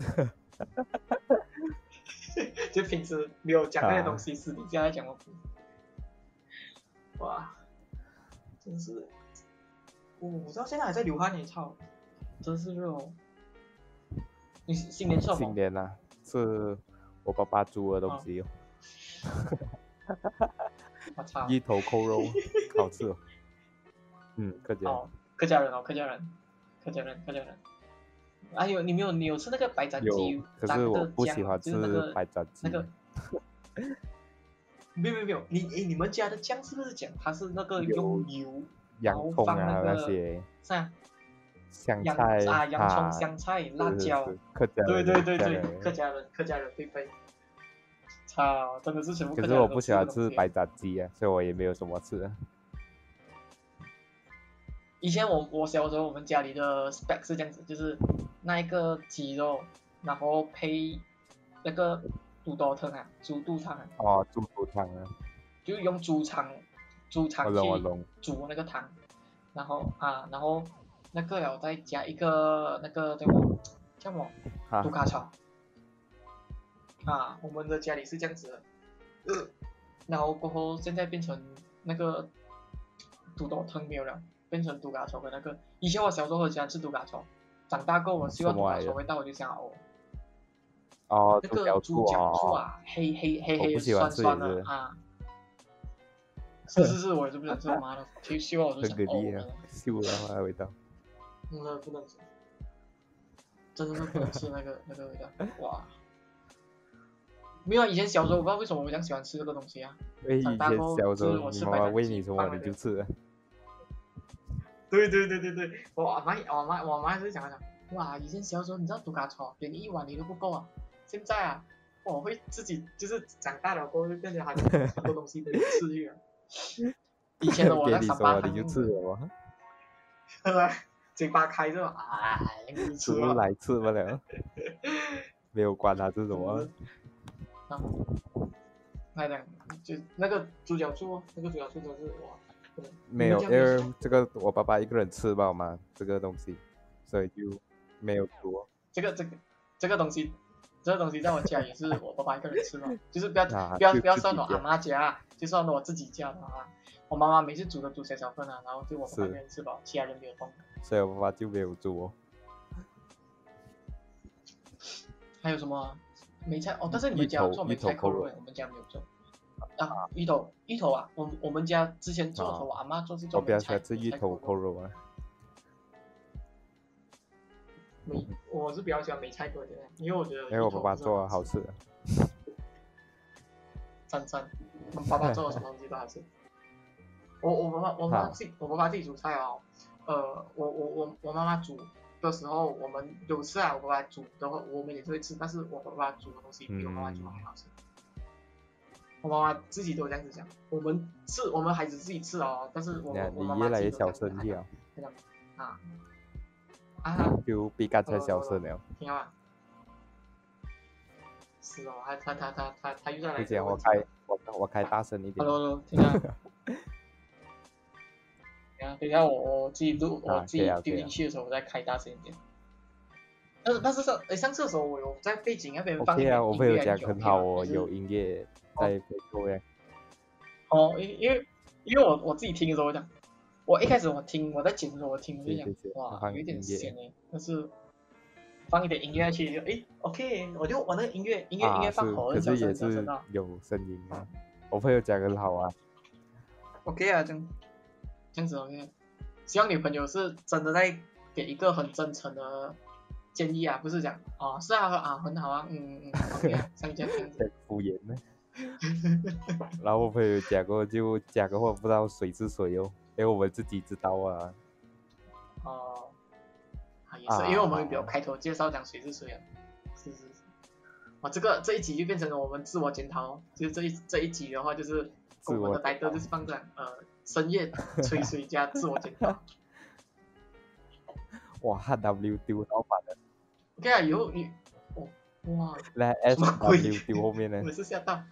[SPEAKER 1] 就平时没有讲那些东西，私底下在讲我。哇，真是，我我到现在还在流汗耶，操，真是热哦。你新新年吃什么
[SPEAKER 2] 新？年啊，是我爸爸煮的东西哦，
[SPEAKER 1] 我操，
[SPEAKER 2] 一头扣肉，好吃哦。嗯，客家
[SPEAKER 1] 哦，客家人哦，客家人，客家人，客家人。哎呦，你没有，你有吃那个白斩鸡
[SPEAKER 2] 有，可
[SPEAKER 1] 蘸
[SPEAKER 2] 是
[SPEAKER 1] 那
[SPEAKER 2] 我
[SPEAKER 1] 个
[SPEAKER 2] 不喜
[SPEAKER 1] 酱
[SPEAKER 2] 欢
[SPEAKER 1] 就
[SPEAKER 2] 吃
[SPEAKER 1] 是那个
[SPEAKER 2] 白斩鸡
[SPEAKER 1] 那，个，没有没有没有，你诶，你们家的酱是不是讲它是那个用油然
[SPEAKER 2] 洋
[SPEAKER 1] 后
[SPEAKER 2] 葱
[SPEAKER 1] 放那
[SPEAKER 2] 啊那
[SPEAKER 1] 个
[SPEAKER 2] 些
[SPEAKER 1] 是啊，
[SPEAKER 2] 香
[SPEAKER 1] 洋
[SPEAKER 2] 菜
[SPEAKER 1] 啊洋
[SPEAKER 2] 啊
[SPEAKER 1] 葱、香菜、辣
[SPEAKER 2] 是是
[SPEAKER 1] 椒，
[SPEAKER 2] 是客家
[SPEAKER 1] 对
[SPEAKER 2] 人
[SPEAKER 1] 对对
[SPEAKER 2] 客家
[SPEAKER 1] 对，
[SPEAKER 2] 人
[SPEAKER 1] 客家人客家人必备。操，真的是全部客家
[SPEAKER 2] 可是
[SPEAKER 1] 人
[SPEAKER 2] 我
[SPEAKER 1] 都
[SPEAKER 2] 不喜
[SPEAKER 1] 这
[SPEAKER 2] 欢
[SPEAKER 1] 个
[SPEAKER 2] 吃
[SPEAKER 1] 东西
[SPEAKER 2] 白。斩鸡啊，所以我也没有什么吃啊。
[SPEAKER 1] 以前我我小时候我们家里的 spec 是这样子，就是那一个鸡肉，然后配那个肚多汤啊，猪肚汤啊，
[SPEAKER 2] 哦，猪骨汤啊，
[SPEAKER 1] 就是用猪肠猪肠
[SPEAKER 2] 我
[SPEAKER 1] 去
[SPEAKER 2] 懂我懂，
[SPEAKER 1] 煮那个汤，然后啊，然后那个了再加一个那个叫什么叫什么
[SPEAKER 2] 哈
[SPEAKER 1] 杜，卡草啊，我们的家里是这样子的，呃然后过后现在变成那个土豆汤没有了，变成杜卡草的那个。以前我小时候很喜欢吃杜卡草，长大过我希望
[SPEAKER 2] 什
[SPEAKER 1] 杜
[SPEAKER 2] 么
[SPEAKER 1] 卡
[SPEAKER 2] 来
[SPEAKER 1] 草
[SPEAKER 2] 着
[SPEAKER 1] 味道，我就想哦，
[SPEAKER 2] 哦，
[SPEAKER 1] 那
[SPEAKER 2] 猪脚
[SPEAKER 1] 个猪脚醋
[SPEAKER 2] 哦，
[SPEAKER 1] 啊，黑黑黑
[SPEAKER 2] 我
[SPEAKER 1] 黑
[SPEAKER 2] 不
[SPEAKER 1] 的
[SPEAKER 2] 喜
[SPEAKER 1] 酸
[SPEAKER 2] 欢吃
[SPEAKER 1] 酸
[SPEAKER 2] 也
[SPEAKER 1] 的
[SPEAKER 2] 是
[SPEAKER 1] 啊。是是是，我也是不想吃，妈的，希希望我就
[SPEAKER 2] 很
[SPEAKER 1] 想
[SPEAKER 2] 给
[SPEAKER 1] 哦，
[SPEAKER 2] 力啊，秀的话味 道。
[SPEAKER 1] 真的不能吃，真的不能吃那个 那个味道，哇！没有啊，以前小时候我不知道为什么我这样喜欢吃这个东西啊。
[SPEAKER 2] 因为以
[SPEAKER 1] 长
[SPEAKER 2] 前
[SPEAKER 1] 大后
[SPEAKER 2] 小时
[SPEAKER 1] 就是
[SPEAKER 2] 候，
[SPEAKER 1] 我
[SPEAKER 2] 你
[SPEAKER 1] 吃
[SPEAKER 2] 妈
[SPEAKER 1] 白
[SPEAKER 2] 妈
[SPEAKER 1] 斩
[SPEAKER 2] 喂
[SPEAKER 1] 鸡
[SPEAKER 2] 你什
[SPEAKER 1] 放
[SPEAKER 2] 么
[SPEAKER 1] 了
[SPEAKER 2] 你
[SPEAKER 1] 就
[SPEAKER 2] 就吃 啊，
[SPEAKER 1] 对对对对对，我妈哦我妈我妈是讲讲，哇，以前小时候你知道独卡炒点一碗你都不够啊，现在啊，我会自己就是长大了过后就变得好像很多东西没吃去 了。以前的我
[SPEAKER 2] 给
[SPEAKER 1] 在
[SPEAKER 2] 你
[SPEAKER 1] 上
[SPEAKER 2] 什
[SPEAKER 1] 班
[SPEAKER 2] 么你就吃了啊，
[SPEAKER 1] 嘴巴开着，哎，你
[SPEAKER 2] 吃
[SPEAKER 1] 吃
[SPEAKER 2] 不
[SPEAKER 1] 吧。
[SPEAKER 2] 来吃不 了，没有管它是什么，
[SPEAKER 1] 啊，那讲就那个猪脚醋，那个猪脚醋真是哇，真的
[SPEAKER 2] 没有，因为这个我爸爸一个人吃吧嘛，这个东西，所以就没有煮
[SPEAKER 1] 这个这个这个东西，这个东西在我家也是 我爸爸一个人吃嘛，就是不要、
[SPEAKER 2] 啊
[SPEAKER 1] 不要
[SPEAKER 2] 就
[SPEAKER 1] 不要
[SPEAKER 2] 自己
[SPEAKER 1] 算我
[SPEAKER 2] 家
[SPEAKER 1] 阿妈家，就算我自己家的啊，我妈妈每次煮都煮小小份啊，然后就我爸爸
[SPEAKER 2] 是
[SPEAKER 1] 一个人吃饱，其他人没有动。
[SPEAKER 2] 所以我爸爸就没有煮哦。
[SPEAKER 1] 还有什么梅菜哦？但是你
[SPEAKER 2] 芋
[SPEAKER 1] 们家
[SPEAKER 2] 头
[SPEAKER 1] 有做梅
[SPEAKER 2] 芋头
[SPEAKER 1] 菜扣
[SPEAKER 2] 扣
[SPEAKER 1] 肉
[SPEAKER 2] 肉
[SPEAKER 1] 欸，我们家没有做。啊，芋头，芋头啊，我我们家之前做的时候，我阿妈做是
[SPEAKER 2] 啊我
[SPEAKER 1] 做
[SPEAKER 2] 比
[SPEAKER 1] 梅
[SPEAKER 2] 较喜
[SPEAKER 1] 菜
[SPEAKER 2] 欢吃
[SPEAKER 1] 梅
[SPEAKER 2] 芋
[SPEAKER 1] 菜
[SPEAKER 2] 头扣
[SPEAKER 1] 肉。
[SPEAKER 2] 肉啊，
[SPEAKER 1] 梅，我是比较喜欢梅菜多一点，因为我觉得
[SPEAKER 2] 因哎为我
[SPEAKER 1] 芋头
[SPEAKER 2] 爸爸
[SPEAKER 1] 不是
[SPEAKER 2] 做
[SPEAKER 1] 很
[SPEAKER 2] 的好吃。
[SPEAKER 1] 赞赞，我爸爸做的什么东西都好吃。我我妈妈我妈妈
[SPEAKER 2] 啊
[SPEAKER 1] 自己我爸爸自己煮菜哦，呃，我我我我妈妈煮的时候，我们有吃啊，我爸爸煮的话，我们也是会吃，但是我爸爸煮的东西比我妈妈煮的还好吃。我妈妈自己都这样子讲，我们吃我们孩子自己吃哦，但是我
[SPEAKER 2] 你看
[SPEAKER 1] 我妈
[SPEAKER 2] 你
[SPEAKER 1] 妈
[SPEAKER 2] 越来
[SPEAKER 1] 自己
[SPEAKER 2] 越
[SPEAKER 1] 都这
[SPEAKER 2] 小
[SPEAKER 1] 样子
[SPEAKER 2] 声
[SPEAKER 1] 讲
[SPEAKER 2] 了，
[SPEAKER 1] 这样啊啊，
[SPEAKER 2] 就比刚才小声了。
[SPEAKER 1] 听到吗？是哦，他他他他他他又在来
[SPEAKER 2] 不
[SPEAKER 1] 这个问
[SPEAKER 2] 行，我
[SPEAKER 1] 题
[SPEAKER 2] 开我我开大声一点
[SPEAKER 1] 哦 Hello Hello，听到吗？等一 下，等一下，我我自己录，
[SPEAKER 2] 啊
[SPEAKER 1] 我自己
[SPEAKER 2] 可以啊
[SPEAKER 1] 丢
[SPEAKER 2] 可
[SPEAKER 1] 进
[SPEAKER 2] 以啊
[SPEAKER 1] 去的时候，我再开大声一点。但是但是上诶上次的时候，我有在背景那边放
[SPEAKER 2] ，OK
[SPEAKER 1] 一点
[SPEAKER 2] 啊，我
[SPEAKER 1] 音
[SPEAKER 2] 朋友
[SPEAKER 1] 乐还
[SPEAKER 2] 讲
[SPEAKER 1] 是
[SPEAKER 2] 很
[SPEAKER 1] OK
[SPEAKER 2] 好
[SPEAKER 1] 吗
[SPEAKER 2] 哦，
[SPEAKER 1] 还是
[SPEAKER 2] 有音乐在背后呀。
[SPEAKER 1] 哦，因因为因为我我自己听的时候，我讲，我一开始我听我在剪的时候，我听我就
[SPEAKER 2] 对
[SPEAKER 1] 讲
[SPEAKER 2] 对对要
[SPEAKER 1] 哇
[SPEAKER 2] 放
[SPEAKER 1] 有一点
[SPEAKER 2] 音乐
[SPEAKER 1] 咸诶，但是放一点音乐下去就诶 OK，我就我那个音乐音乐、音
[SPEAKER 2] 啊，
[SPEAKER 1] 乐
[SPEAKER 2] 是，
[SPEAKER 1] 放好
[SPEAKER 2] 可
[SPEAKER 1] 很小
[SPEAKER 2] 是
[SPEAKER 1] 声
[SPEAKER 2] 也
[SPEAKER 1] 很小声
[SPEAKER 2] 是
[SPEAKER 1] 到
[SPEAKER 2] 有声音啊。我朋友讲很好啊，
[SPEAKER 1] OK 啊，这样这样子 OK。希望女朋友是真的在给一个很真诚的建议啊，不是讲哦是啊啊很好啊，嗯嗯嗯 OK 啊，像你这样这样子
[SPEAKER 2] 在敷衍呢。 然后我朋友讲过，就讲过不知道谁是谁哦，因为我们自己知道啊。
[SPEAKER 1] 哦，啊也是，
[SPEAKER 2] 啊
[SPEAKER 1] 因为我们有开头介绍讲谁是谁啊，是是是。哇，这个这一集就变成了我们自我检讨，就是这一这一集的话就是我
[SPEAKER 2] 自
[SPEAKER 1] 们
[SPEAKER 2] 我
[SPEAKER 1] 的 title 就是放在呃深夜吹水加自我检讨。
[SPEAKER 2] 哇，W 丢老板的，
[SPEAKER 1] OK 啊，以后你哦哇，
[SPEAKER 2] 来
[SPEAKER 1] 什么鬼
[SPEAKER 2] SW 丢后面呢
[SPEAKER 1] 我？是吓到。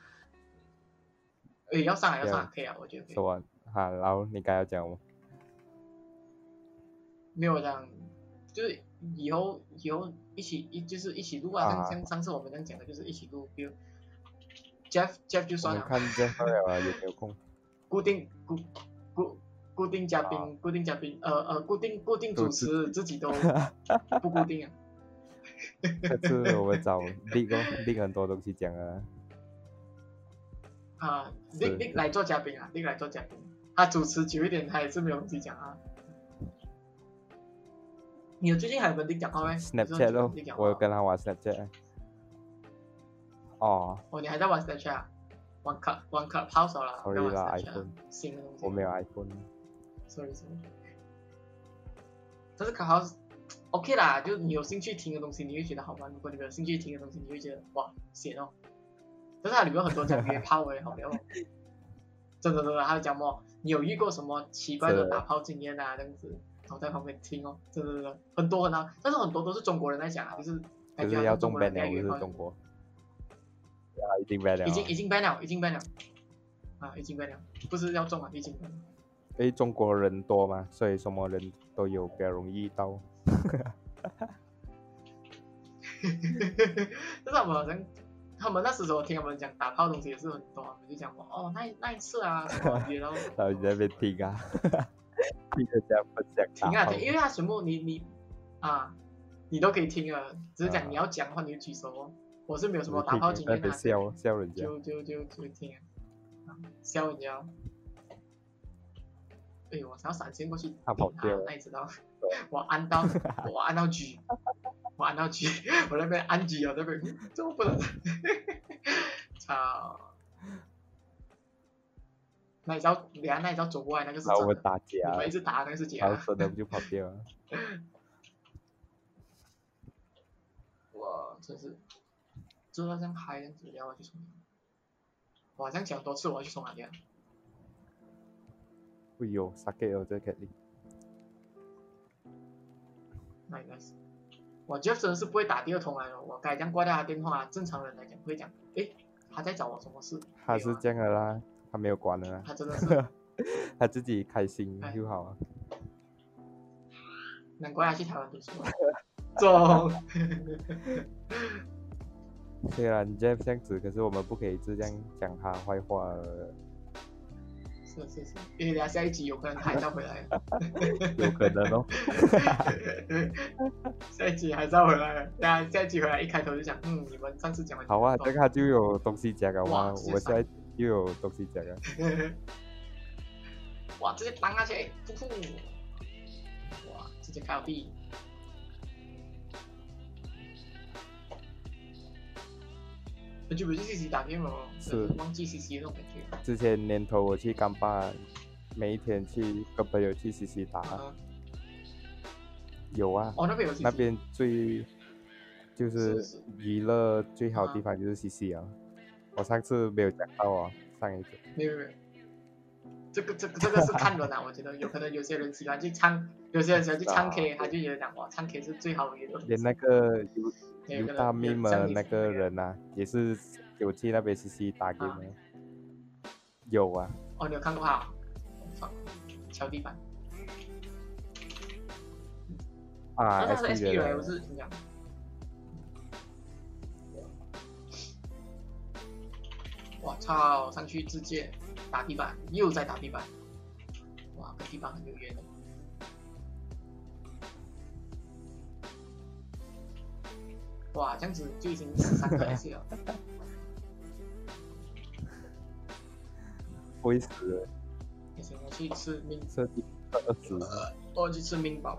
[SPEAKER 1] 诶，要上来要上来，
[SPEAKER 2] 对啊
[SPEAKER 1] 可以啊，我觉得可以
[SPEAKER 2] 是。吧？好，然后你刚要讲吗？
[SPEAKER 1] 没有讲，就是以后以后一起一就是一起录啊，像
[SPEAKER 2] 啊
[SPEAKER 1] 像上次我们这样讲的，就是一起录，比如 Jeff Jeff 就
[SPEAKER 2] 我
[SPEAKER 1] 算
[SPEAKER 2] 们
[SPEAKER 1] 了，
[SPEAKER 2] 看这会儿啊，有没有 空？
[SPEAKER 1] 固定固固固定嘉宾，
[SPEAKER 2] 啊
[SPEAKER 1] 固定嘉宾，呃呃，固定固定主
[SPEAKER 2] 主持
[SPEAKER 1] 持自己都 不固定啊。
[SPEAKER 2] 下次我们找 Big 哦，Big 很多东西讲啊。
[SPEAKER 1] 啊，
[SPEAKER 2] 是
[SPEAKER 1] 另另来做嘉宾啊，另来做嘉宾。他主持久一点，他也是没有东西讲啊。你有最近还有跟丁讲啊话没
[SPEAKER 2] Snapchat
[SPEAKER 1] 咯
[SPEAKER 2] 咯，，我有
[SPEAKER 1] 跟。
[SPEAKER 2] 跟他玩 Snapchat 啊。哦，
[SPEAKER 1] 哦，你还在玩 Snapchat 啊？玩 Club 玩 Club House 了啦，
[SPEAKER 2] Sorry
[SPEAKER 1] 不要玩
[SPEAKER 2] 啦
[SPEAKER 1] Snapchat 啊
[SPEAKER 2] iPhone
[SPEAKER 1] 新的东西。啊
[SPEAKER 2] 我没有 iPhone。
[SPEAKER 1] Sorry Sorry。但是 Club House OK 啦，就是你有兴趣听的东西，你会觉得好玩；如果你没有兴趣听的东西，你会觉得哇闲哦。但是它里面有很多讲约炮诶，好聊 哦。真的真的，还有讲什么？你有遇过什么奇怪的
[SPEAKER 2] 是
[SPEAKER 1] 打炮经验啊？这样子，然后在旁边听哦，真的真的很多很啊，但是很多都是中国人在讲啊，就是
[SPEAKER 2] 可
[SPEAKER 1] 感
[SPEAKER 2] 是
[SPEAKER 1] 觉
[SPEAKER 2] 要
[SPEAKER 1] 中
[SPEAKER 2] 中
[SPEAKER 1] 国
[SPEAKER 2] ban
[SPEAKER 1] 人
[SPEAKER 2] 了，
[SPEAKER 1] 在
[SPEAKER 2] 不
[SPEAKER 1] 约炮
[SPEAKER 2] 是中国。啊，一定 ban 了啊。
[SPEAKER 1] 已经已经 ban 了，已经 ban 了，啊，已经 ban 了，不是要中啊，已经 ban 了。
[SPEAKER 2] 因为中国人多嘛，所以什么人都有，比较容易遇到。
[SPEAKER 1] 但是我们好像他们那时候听他们讲打炮的东西也是很多啊，我们就讲哦那一那一次啊什么， 然后
[SPEAKER 2] 然后你在那边听啊， 听人家分享
[SPEAKER 1] 停啊
[SPEAKER 2] 打炮
[SPEAKER 1] 停，因为他全部你你啊你都可以听啊，只是讲
[SPEAKER 2] 啊
[SPEAKER 1] 你要讲的话你就举手哦。我是没有什么
[SPEAKER 2] 我
[SPEAKER 1] 打炮经
[SPEAKER 2] 听在
[SPEAKER 1] 验
[SPEAKER 2] 那边
[SPEAKER 1] 啊，
[SPEAKER 2] 呃笑笑人家。
[SPEAKER 1] 就就就就听啊，啊笑人家哦。哎呦，我想要闪现过去，啊
[SPEAKER 2] 他跑掉了
[SPEAKER 1] 那你知道？我按到我按到 G，我按到 G，我那边按 G 啊，那边嗯怎么不能？ 操！那一招，等下那一招走过来，那个是
[SPEAKER 2] 然后我
[SPEAKER 1] 真的。
[SPEAKER 2] 们打架啊
[SPEAKER 1] 你，们一直打那个是假
[SPEAKER 2] 然
[SPEAKER 1] 的
[SPEAKER 2] 后。真的就跑掉啊了。
[SPEAKER 1] 我真是，知道这样嗨这样子，然后我去冲凉。我好像讲多次我要去冲哪里啊？
[SPEAKER 2] 哎呦，杀给我这肯定。
[SPEAKER 1] 那应该是。我 Jeff 真的是不会打第二通来的，我该这样挂掉他电话。正常人来讲会讲，诶，他在找我什么事？
[SPEAKER 2] 他是这样的啦，他没有管的 啦，
[SPEAKER 1] 他真的是，
[SPEAKER 2] 他自己开心
[SPEAKER 1] 哎
[SPEAKER 2] 就好啊。
[SPEAKER 1] 难怪他去台湾读书。 中，
[SPEAKER 2] 虽然 Jeff 这样子，可是我们不可以就这样讲他坏话的。
[SPEAKER 1] 是是是，因为等下下一集有可能海盗回来，
[SPEAKER 2] 有可能哦。
[SPEAKER 1] 下一集海盗回来了，那下一集回来一开头就讲，嗯，你们上次讲的哦
[SPEAKER 2] 好啊，
[SPEAKER 1] 懂
[SPEAKER 2] 这下就有东西讲了
[SPEAKER 1] 哇
[SPEAKER 2] 嘛，
[SPEAKER 1] 谢谢
[SPEAKER 2] 我现在又有东西讲了。啊
[SPEAKER 1] 哇，直接当下去，哎噗噗！哇，直接开到地。很久没去 CC 打 game 了哦，
[SPEAKER 2] 是
[SPEAKER 1] 真忘记 CC 那种感觉。
[SPEAKER 2] 之前年头我去干巴，每一天去跟朋友去西西打，
[SPEAKER 1] 啊，
[SPEAKER 2] 有啊，
[SPEAKER 1] 哦，那边有 CC，
[SPEAKER 2] 那边最就是是
[SPEAKER 1] 是嗯
[SPEAKER 2] 娱乐最好的地
[SPEAKER 1] 啊
[SPEAKER 2] 方就是西西啊。我上次没有讲到哦，上一次
[SPEAKER 1] 没有没有。这个这个这个是看人啊，我觉得有可能有些人喜欢去唱，有些人喜欢去唱 K，
[SPEAKER 2] 啊
[SPEAKER 1] 他就觉得讲哇，唱 K 是最好的娱乐。
[SPEAKER 2] 连那 个有
[SPEAKER 1] 也有
[SPEAKER 2] 有
[SPEAKER 1] 可能
[SPEAKER 2] 大
[SPEAKER 1] 有
[SPEAKER 2] 咪
[SPEAKER 1] 像
[SPEAKER 2] 们
[SPEAKER 1] 你
[SPEAKER 2] 那
[SPEAKER 1] 说的
[SPEAKER 2] 个人啊，也是有去那边西西打
[SPEAKER 1] 啊
[SPEAKER 2] game 的，有啊，
[SPEAKER 1] 哦，你有看过他？放敲地板。
[SPEAKER 2] 啊
[SPEAKER 1] 但是他是
[SPEAKER 2] SP
[SPEAKER 1] SP 来，
[SPEAKER 2] 人
[SPEAKER 1] 我
[SPEAKER 2] 啊
[SPEAKER 1] 是怎么讲？我操！上去直接打地板，又在打地板，哇，跟地板很有缘的。哇，这样子就已经十三个 S 了，
[SPEAKER 2] 不会死人，
[SPEAKER 1] 也行，我去吃面，
[SPEAKER 2] 设计二十，
[SPEAKER 1] 我去吃面包。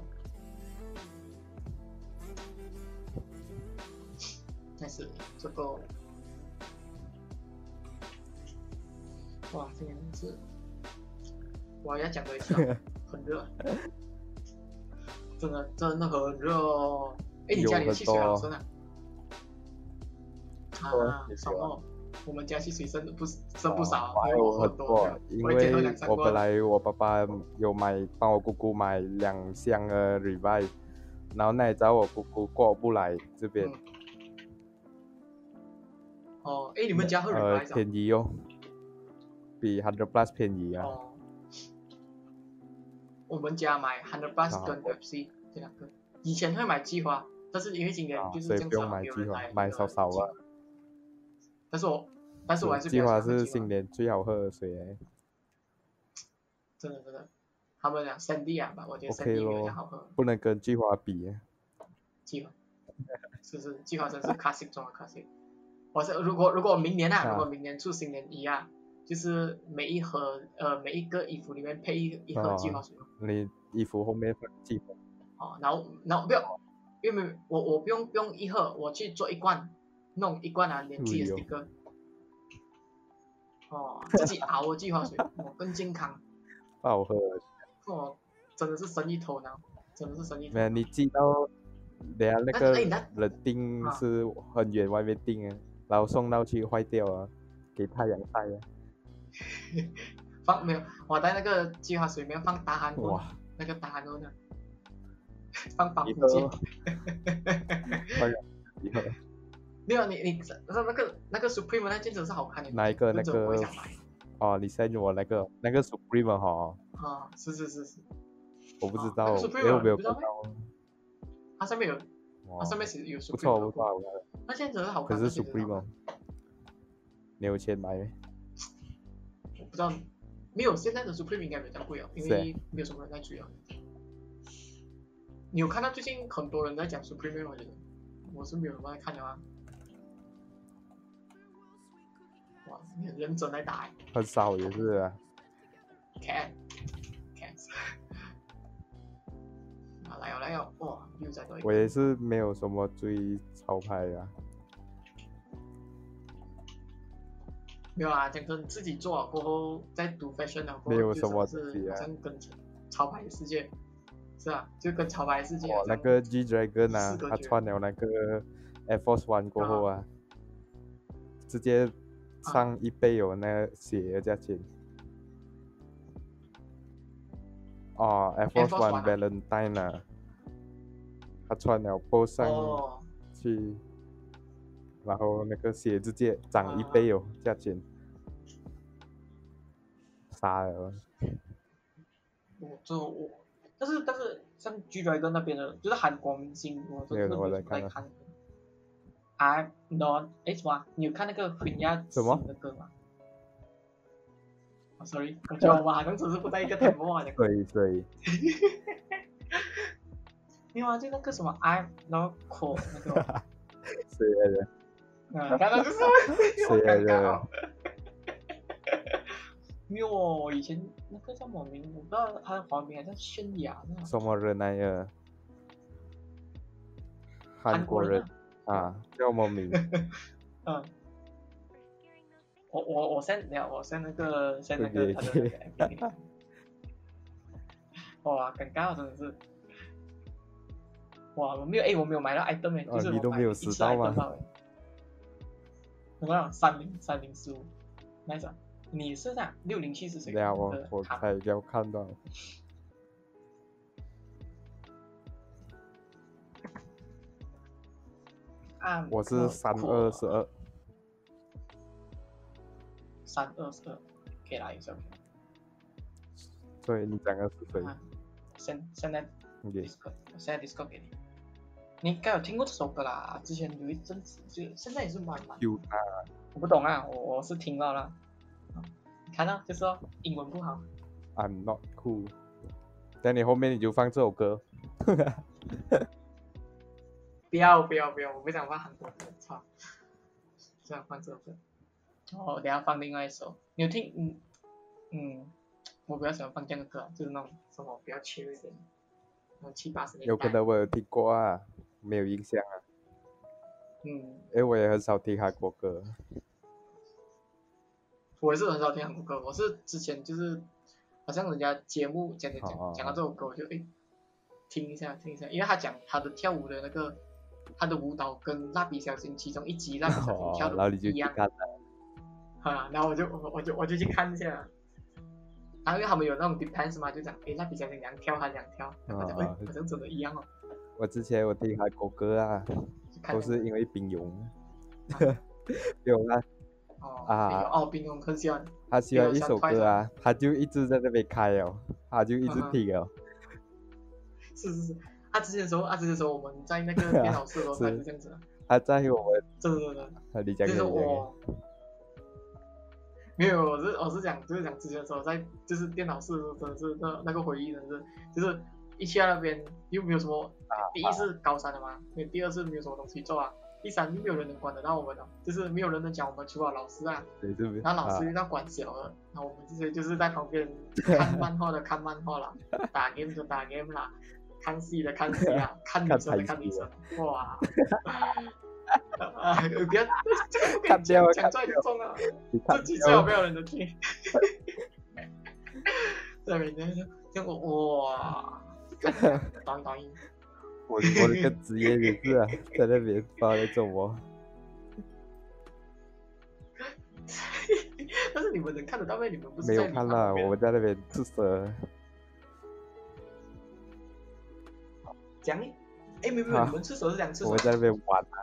[SPEAKER 1] 但是这个，哇，这个是，我要讲多一次 啊、很热，真的真的很热哦。哎，你
[SPEAKER 2] 有
[SPEAKER 1] 家里的
[SPEAKER 2] 很
[SPEAKER 1] 汽水好
[SPEAKER 2] 多
[SPEAKER 1] 深啊？
[SPEAKER 2] 多
[SPEAKER 1] 啊，
[SPEAKER 2] 汽
[SPEAKER 1] 什
[SPEAKER 2] 水啊
[SPEAKER 1] 么？我们家汽水剩不剩不少啊，
[SPEAKER 2] 哇
[SPEAKER 1] 因为我喝
[SPEAKER 2] 很啊
[SPEAKER 1] 多，
[SPEAKER 2] 因
[SPEAKER 1] 我一天喝
[SPEAKER 2] 为
[SPEAKER 1] 两三
[SPEAKER 2] 我
[SPEAKER 1] 罐
[SPEAKER 2] 本来我爸爸有买帮我姑姑买两箱的 revive，然后那一招我姑姑过不来这边，
[SPEAKER 1] 嗯哦，哎，你们家喝乳
[SPEAKER 2] 呃
[SPEAKER 1] 白酒？
[SPEAKER 2] 便宜哦，比 hundred plus 便宜啊，
[SPEAKER 1] 哦，我们家买 hundred plus
[SPEAKER 2] 啊
[SPEAKER 1] 跟 FC 这两个，以前会买计划，但是因为今年
[SPEAKER 2] 啊，
[SPEAKER 1] 就是
[SPEAKER 2] 所
[SPEAKER 1] 这
[SPEAKER 2] 以
[SPEAKER 1] 样
[SPEAKER 2] 不
[SPEAKER 1] 子啊，没有人
[SPEAKER 2] 用买计划
[SPEAKER 1] 来，
[SPEAKER 2] 买
[SPEAKER 1] 没有人
[SPEAKER 2] 少少啊
[SPEAKER 1] 计划。但是我，但是我还是比
[SPEAKER 2] 计
[SPEAKER 1] 较喜
[SPEAKER 2] 划
[SPEAKER 1] 欢
[SPEAKER 2] 是
[SPEAKER 1] 计划
[SPEAKER 2] 新年最好喝的水哎，
[SPEAKER 1] 真的真的，他们讲三 D 啊吧，我觉得
[SPEAKER 2] OK
[SPEAKER 1] 三 D 没有
[SPEAKER 2] 咯
[SPEAKER 1] 像好喝。
[SPEAKER 2] 不能跟计划比啊。
[SPEAKER 1] 计划，是是计划真是 classic 中的 classic。我是如果如果明年啊，
[SPEAKER 2] 啊
[SPEAKER 1] 如果明年出新年一啊，就是每一盒呃每一个衣服里面配一一盒
[SPEAKER 2] 哦
[SPEAKER 1] 计划水。
[SPEAKER 2] 你衣服后面放计划，
[SPEAKER 1] 哦，然后然后不用，因为我我不用不用一盒，我去做一罐，弄一罐啊，连自己的
[SPEAKER 2] 哎呦
[SPEAKER 1] sticker。哦，自己熬的计划水，我更健康，
[SPEAKER 2] 不好喝。
[SPEAKER 1] 我真的是生意头脑，真的是生意头
[SPEAKER 2] 没有，
[SPEAKER 1] 脑。
[SPEAKER 2] 你寄到，等下那
[SPEAKER 1] 但
[SPEAKER 2] 个
[SPEAKER 1] 是哎那
[SPEAKER 2] 人订
[SPEAKER 1] 啊
[SPEAKER 2] 是很远外面订啊，然后送到去坏掉啊，给太阳晒啊，
[SPEAKER 1] 放没有，我在那个计划水里面放大韩棍，
[SPEAKER 2] 哇，
[SPEAKER 1] 那个大韩棍啊， 放防
[SPEAKER 2] 你哦
[SPEAKER 1] 腐剂
[SPEAKER 2] 喝。，你喝
[SPEAKER 1] 没有你你知道那个那个 Supreme 那件真的是好看的，
[SPEAKER 2] 哪一个
[SPEAKER 1] 那
[SPEAKER 2] 那
[SPEAKER 1] 种我会
[SPEAKER 2] 个
[SPEAKER 1] 想买？
[SPEAKER 2] 哦，你 send 我那个那个 Supreme 哈，
[SPEAKER 1] 啊、是是是是，
[SPEAKER 2] 我不知
[SPEAKER 1] 啊那
[SPEAKER 2] 道
[SPEAKER 1] 个，Supreme
[SPEAKER 2] 因为我没有
[SPEAKER 1] 你不知
[SPEAKER 2] 看
[SPEAKER 1] 道
[SPEAKER 2] 到
[SPEAKER 1] 咩，它上面有它
[SPEAKER 2] 哇，
[SPEAKER 1] 上面是有 Supreme 啊
[SPEAKER 2] 不错
[SPEAKER 1] logo
[SPEAKER 2] 不错，不错
[SPEAKER 1] 那现在真的好
[SPEAKER 2] 可
[SPEAKER 1] 看，
[SPEAKER 2] 是
[SPEAKER 1] 那件真的好啊
[SPEAKER 2] Supreme 哦
[SPEAKER 1] 看
[SPEAKER 2] 你有钱买没？
[SPEAKER 1] 我不知道，没有现在的 Supreme 应该没有这样贵哦，因
[SPEAKER 2] 是啊
[SPEAKER 1] 为没有什么人在追啊。你有看到最近很多人在讲 Supreme 吗我觉得我是没有什么在看的啊。哇，你很认真在打、欸、
[SPEAKER 2] 很少也是啊，
[SPEAKER 1] ，cat cat。啊来哦来哦，哇，又再多一个
[SPEAKER 2] 我也是没有什么追潮牌啊，
[SPEAKER 1] 没有啊，讲真，自己做了过后再读 fashion 了过后，
[SPEAKER 2] 没有什么
[SPEAKER 1] 就
[SPEAKER 2] 自
[SPEAKER 1] 真
[SPEAKER 2] 己
[SPEAKER 1] 的
[SPEAKER 2] 啊
[SPEAKER 1] 是好像跟潮牌世界，是啊，就跟潮牌世界
[SPEAKER 2] 哇
[SPEAKER 1] 好，
[SPEAKER 2] 那
[SPEAKER 1] 像
[SPEAKER 2] 个 G Dragon à? Ờ. 啊
[SPEAKER 1] 四个，
[SPEAKER 2] 他
[SPEAKER 1] 角
[SPEAKER 2] 穿了那个 Air Force One à? 过后啊，直接上一倍哦，那个鞋的价钱。哦，Air Ờ,
[SPEAKER 1] Air
[SPEAKER 2] Force
[SPEAKER 1] Force One 啊
[SPEAKER 2] One à? Valentine À, 啊，他穿了 b 上
[SPEAKER 1] 哦，
[SPEAKER 2] 去，然后那个鞋直接涨一倍哦，价钱。傻了，
[SPEAKER 1] 我这我，但是但是像 G Dragon 那边的，就是韩国明星，我真的
[SPEAKER 2] 没有
[SPEAKER 1] 没
[SPEAKER 2] 我
[SPEAKER 1] 有
[SPEAKER 2] 在
[SPEAKER 1] 什么在
[SPEAKER 2] 看啊
[SPEAKER 1] 看。I'm not 哎什么啊？你有看那个 Queen 亚
[SPEAKER 2] 什么
[SPEAKER 1] 的歌吗？哦 sorry，我觉得我们好像只是不在一个 t e m 啊，
[SPEAKER 2] 所以所以
[SPEAKER 1] 没有啊，就那个什么 I，然后 call 那个，
[SPEAKER 2] 谁来的？
[SPEAKER 1] 啊，当 然就是我
[SPEAKER 2] 谁来
[SPEAKER 1] 尴尬
[SPEAKER 2] 的
[SPEAKER 1] 哦。 没有哦，我以前那个叫什么名，我不知道他的华文名还叫泫雅那种
[SPEAKER 2] 什么人来的？韩国人啊，叫什么名？
[SPEAKER 1] 嗯，我我我 send 等下我 send 那个 send 那个
[SPEAKER 2] Okay,
[SPEAKER 1] 他的那个 MV 给你看哇，尴尬真的是，哇，我没有哎、我没有买到 item 哎、
[SPEAKER 2] 哦
[SPEAKER 1] 就是我
[SPEAKER 2] 你都
[SPEAKER 1] 买
[SPEAKER 2] 没有
[SPEAKER 1] 一次
[SPEAKER 2] 拾到吗
[SPEAKER 1] item 到哎我刚刚啊三零三零十五，nice，啊你是啥？六零七是谁？
[SPEAKER 2] 对啊，我
[SPEAKER 1] 的
[SPEAKER 2] 我
[SPEAKER 1] 卡
[SPEAKER 2] 才要看到。
[SPEAKER 1] 啊，
[SPEAKER 2] 我是三二十二，
[SPEAKER 1] 三二十二，可以啦，也是 OK。
[SPEAKER 2] 所以你讲的是谁
[SPEAKER 1] 啊，现现在
[SPEAKER 2] ？OK，
[SPEAKER 1] Discord，我现在 Discord 给你。你应该有听过这首歌啦，之前有一阵子，就现在也是蛮蛮。
[SPEAKER 2] 就他
[SPEAKER 1] 我不懂啊，我我是听到了。你看到、就是哦，英文不好。
[SPEAKER 2] I'm not cool。等你后面你就放这首歌，
[SPEAKER 1] 不要不要不要，我不想放韩国歌，操！不想放这首歌。哦，等一下放另外一首。你有听？嗯嗯，我比较喜欢放这样的歌，就是那种什么比较 chill 一点，那种七八十年代。
[SPEAKER 2] 有可能我有听过啊，没有印象啊，
[SPEAKER 1] 嗯，
[SPEAKER 2] 因为我也很少听韩国歌。
[SPEAKER 1] 我也是很少听韩国歌，我是之前就是好像人家节目讲讲
[SPEAKER 2] 哦
[SPEAKER 1] 讲讲到这首歌，我就诶听一下听一下，因为他讲他的跳舞的那个他的舞蹈跟蜡笔小新其中一集蜡笔小新
[SPEAKER 2] 哦
[SPEAKER 1] 跳，
[SPEAKER 2] 然后
[SPEAKER 1] 的
[SPEAKER 2] 你就
[SPEAKER 1] 一
[SPEAKER 2] 去
[SPEAKER 1] 样
[SPEAKER 2] 看了
[SPEAKER 1] 啊，然后我就我我就我就去看一下，然后因为他们有那种 depends 嘛，就讲诶蜡笔小新两跳他两跳，然后我就诶
[SPEAKER 2] 哦
[SPEAKER 1] 好像真的一样哦，
[SPEAKER 2] 我之前我听韩国歌啊，
[SPEAKER 1] 就看那
[SPEAKER 2] 都是因为冰勇
[SPEAKER 1] 啊，
[SPEAKER 2] 嗯 冰勇啊，
[SPEAKER 1] 个哦
[SPEAKER 2] 啊
[SPEAKER 1] 没有哦冰龙很喜欢
[SPEAKER 2] 他喜欢一首歌啊，他就一直在那边开哦，他就一直
[SPEAKER 1] 嗯哼
[SPEAKER 2] 听哦，
[SPEAKER 1] 是是是，啊之前的时候啊之前的时候我们在那 个电脑室的时候
[SPEAKER 2] 是
[SPEAKER 1] 还是这样子啊，
[SPEAKER 2] 他在我们，
[SPEAKER 1] 真的真的。
[SPEAKER 2] 啊你
[SPEAKER 1] 就
[SPEAKER 2] 讲给
[SPEAKER 1] 是
[SPEAKER 2] 你讲给，
[SPEAKER 1] 我没有，我是我是讲就是讲之前的时候在就是电脑室真的是那那个回忆真的是就是一去到那边又没有什么，第一是高三的嘛，因为第二是没有什么东西做啊，第三就没有人能管得到我们了，就是没有人能讲我们除了老师啊，
[SPEAKER 2] 对是不是？
[SPEAKER 1] 然后老师
[SPEAKER 2] 啊
[SPEAKER 1] 又要管小了，然后我们这些就是在旁 边看漫画的看漫画啦，打 game 的打 game 啦，看戏的看戏 啦，看女生的看女生，哇！啊，不要， 这个不可以
[SPEAKER 2] 看掉
[SPEAKER 1] 讲
[SPEAKER 2] 了
[SPEAKER 1] 讲出来就中了，
[SPEAKER 2] 你看
[SPEAKER 1] 这集最好没有人能听。对，每天就就我 哇，抖音抖音，
[SPEAKER 2] 我我的个职业也 是啊，在那边发那种哦，
[SPEAKER 1] 但是你们能看得到吗？你们不是
[SPEAKER 2] 没有
[SPEAKER 1] 在你
[SPEAKER 2] 看
[SPEAKER 1] 旁
[SPEAKER 2] 啦，
[SPEAKER 1] 边
[SPEAKER 2] 我们在那边吃蛇，
[SPEAKER 1] 讲，哎，没有没有，
[SPEAKER 2] 啊
[SPEAKER 1] 你们吃手是讲吃
[SPEAKER 2] 我
[SPEAKER 1] 手
[SPEAKER 2] 们，在那边玩啊，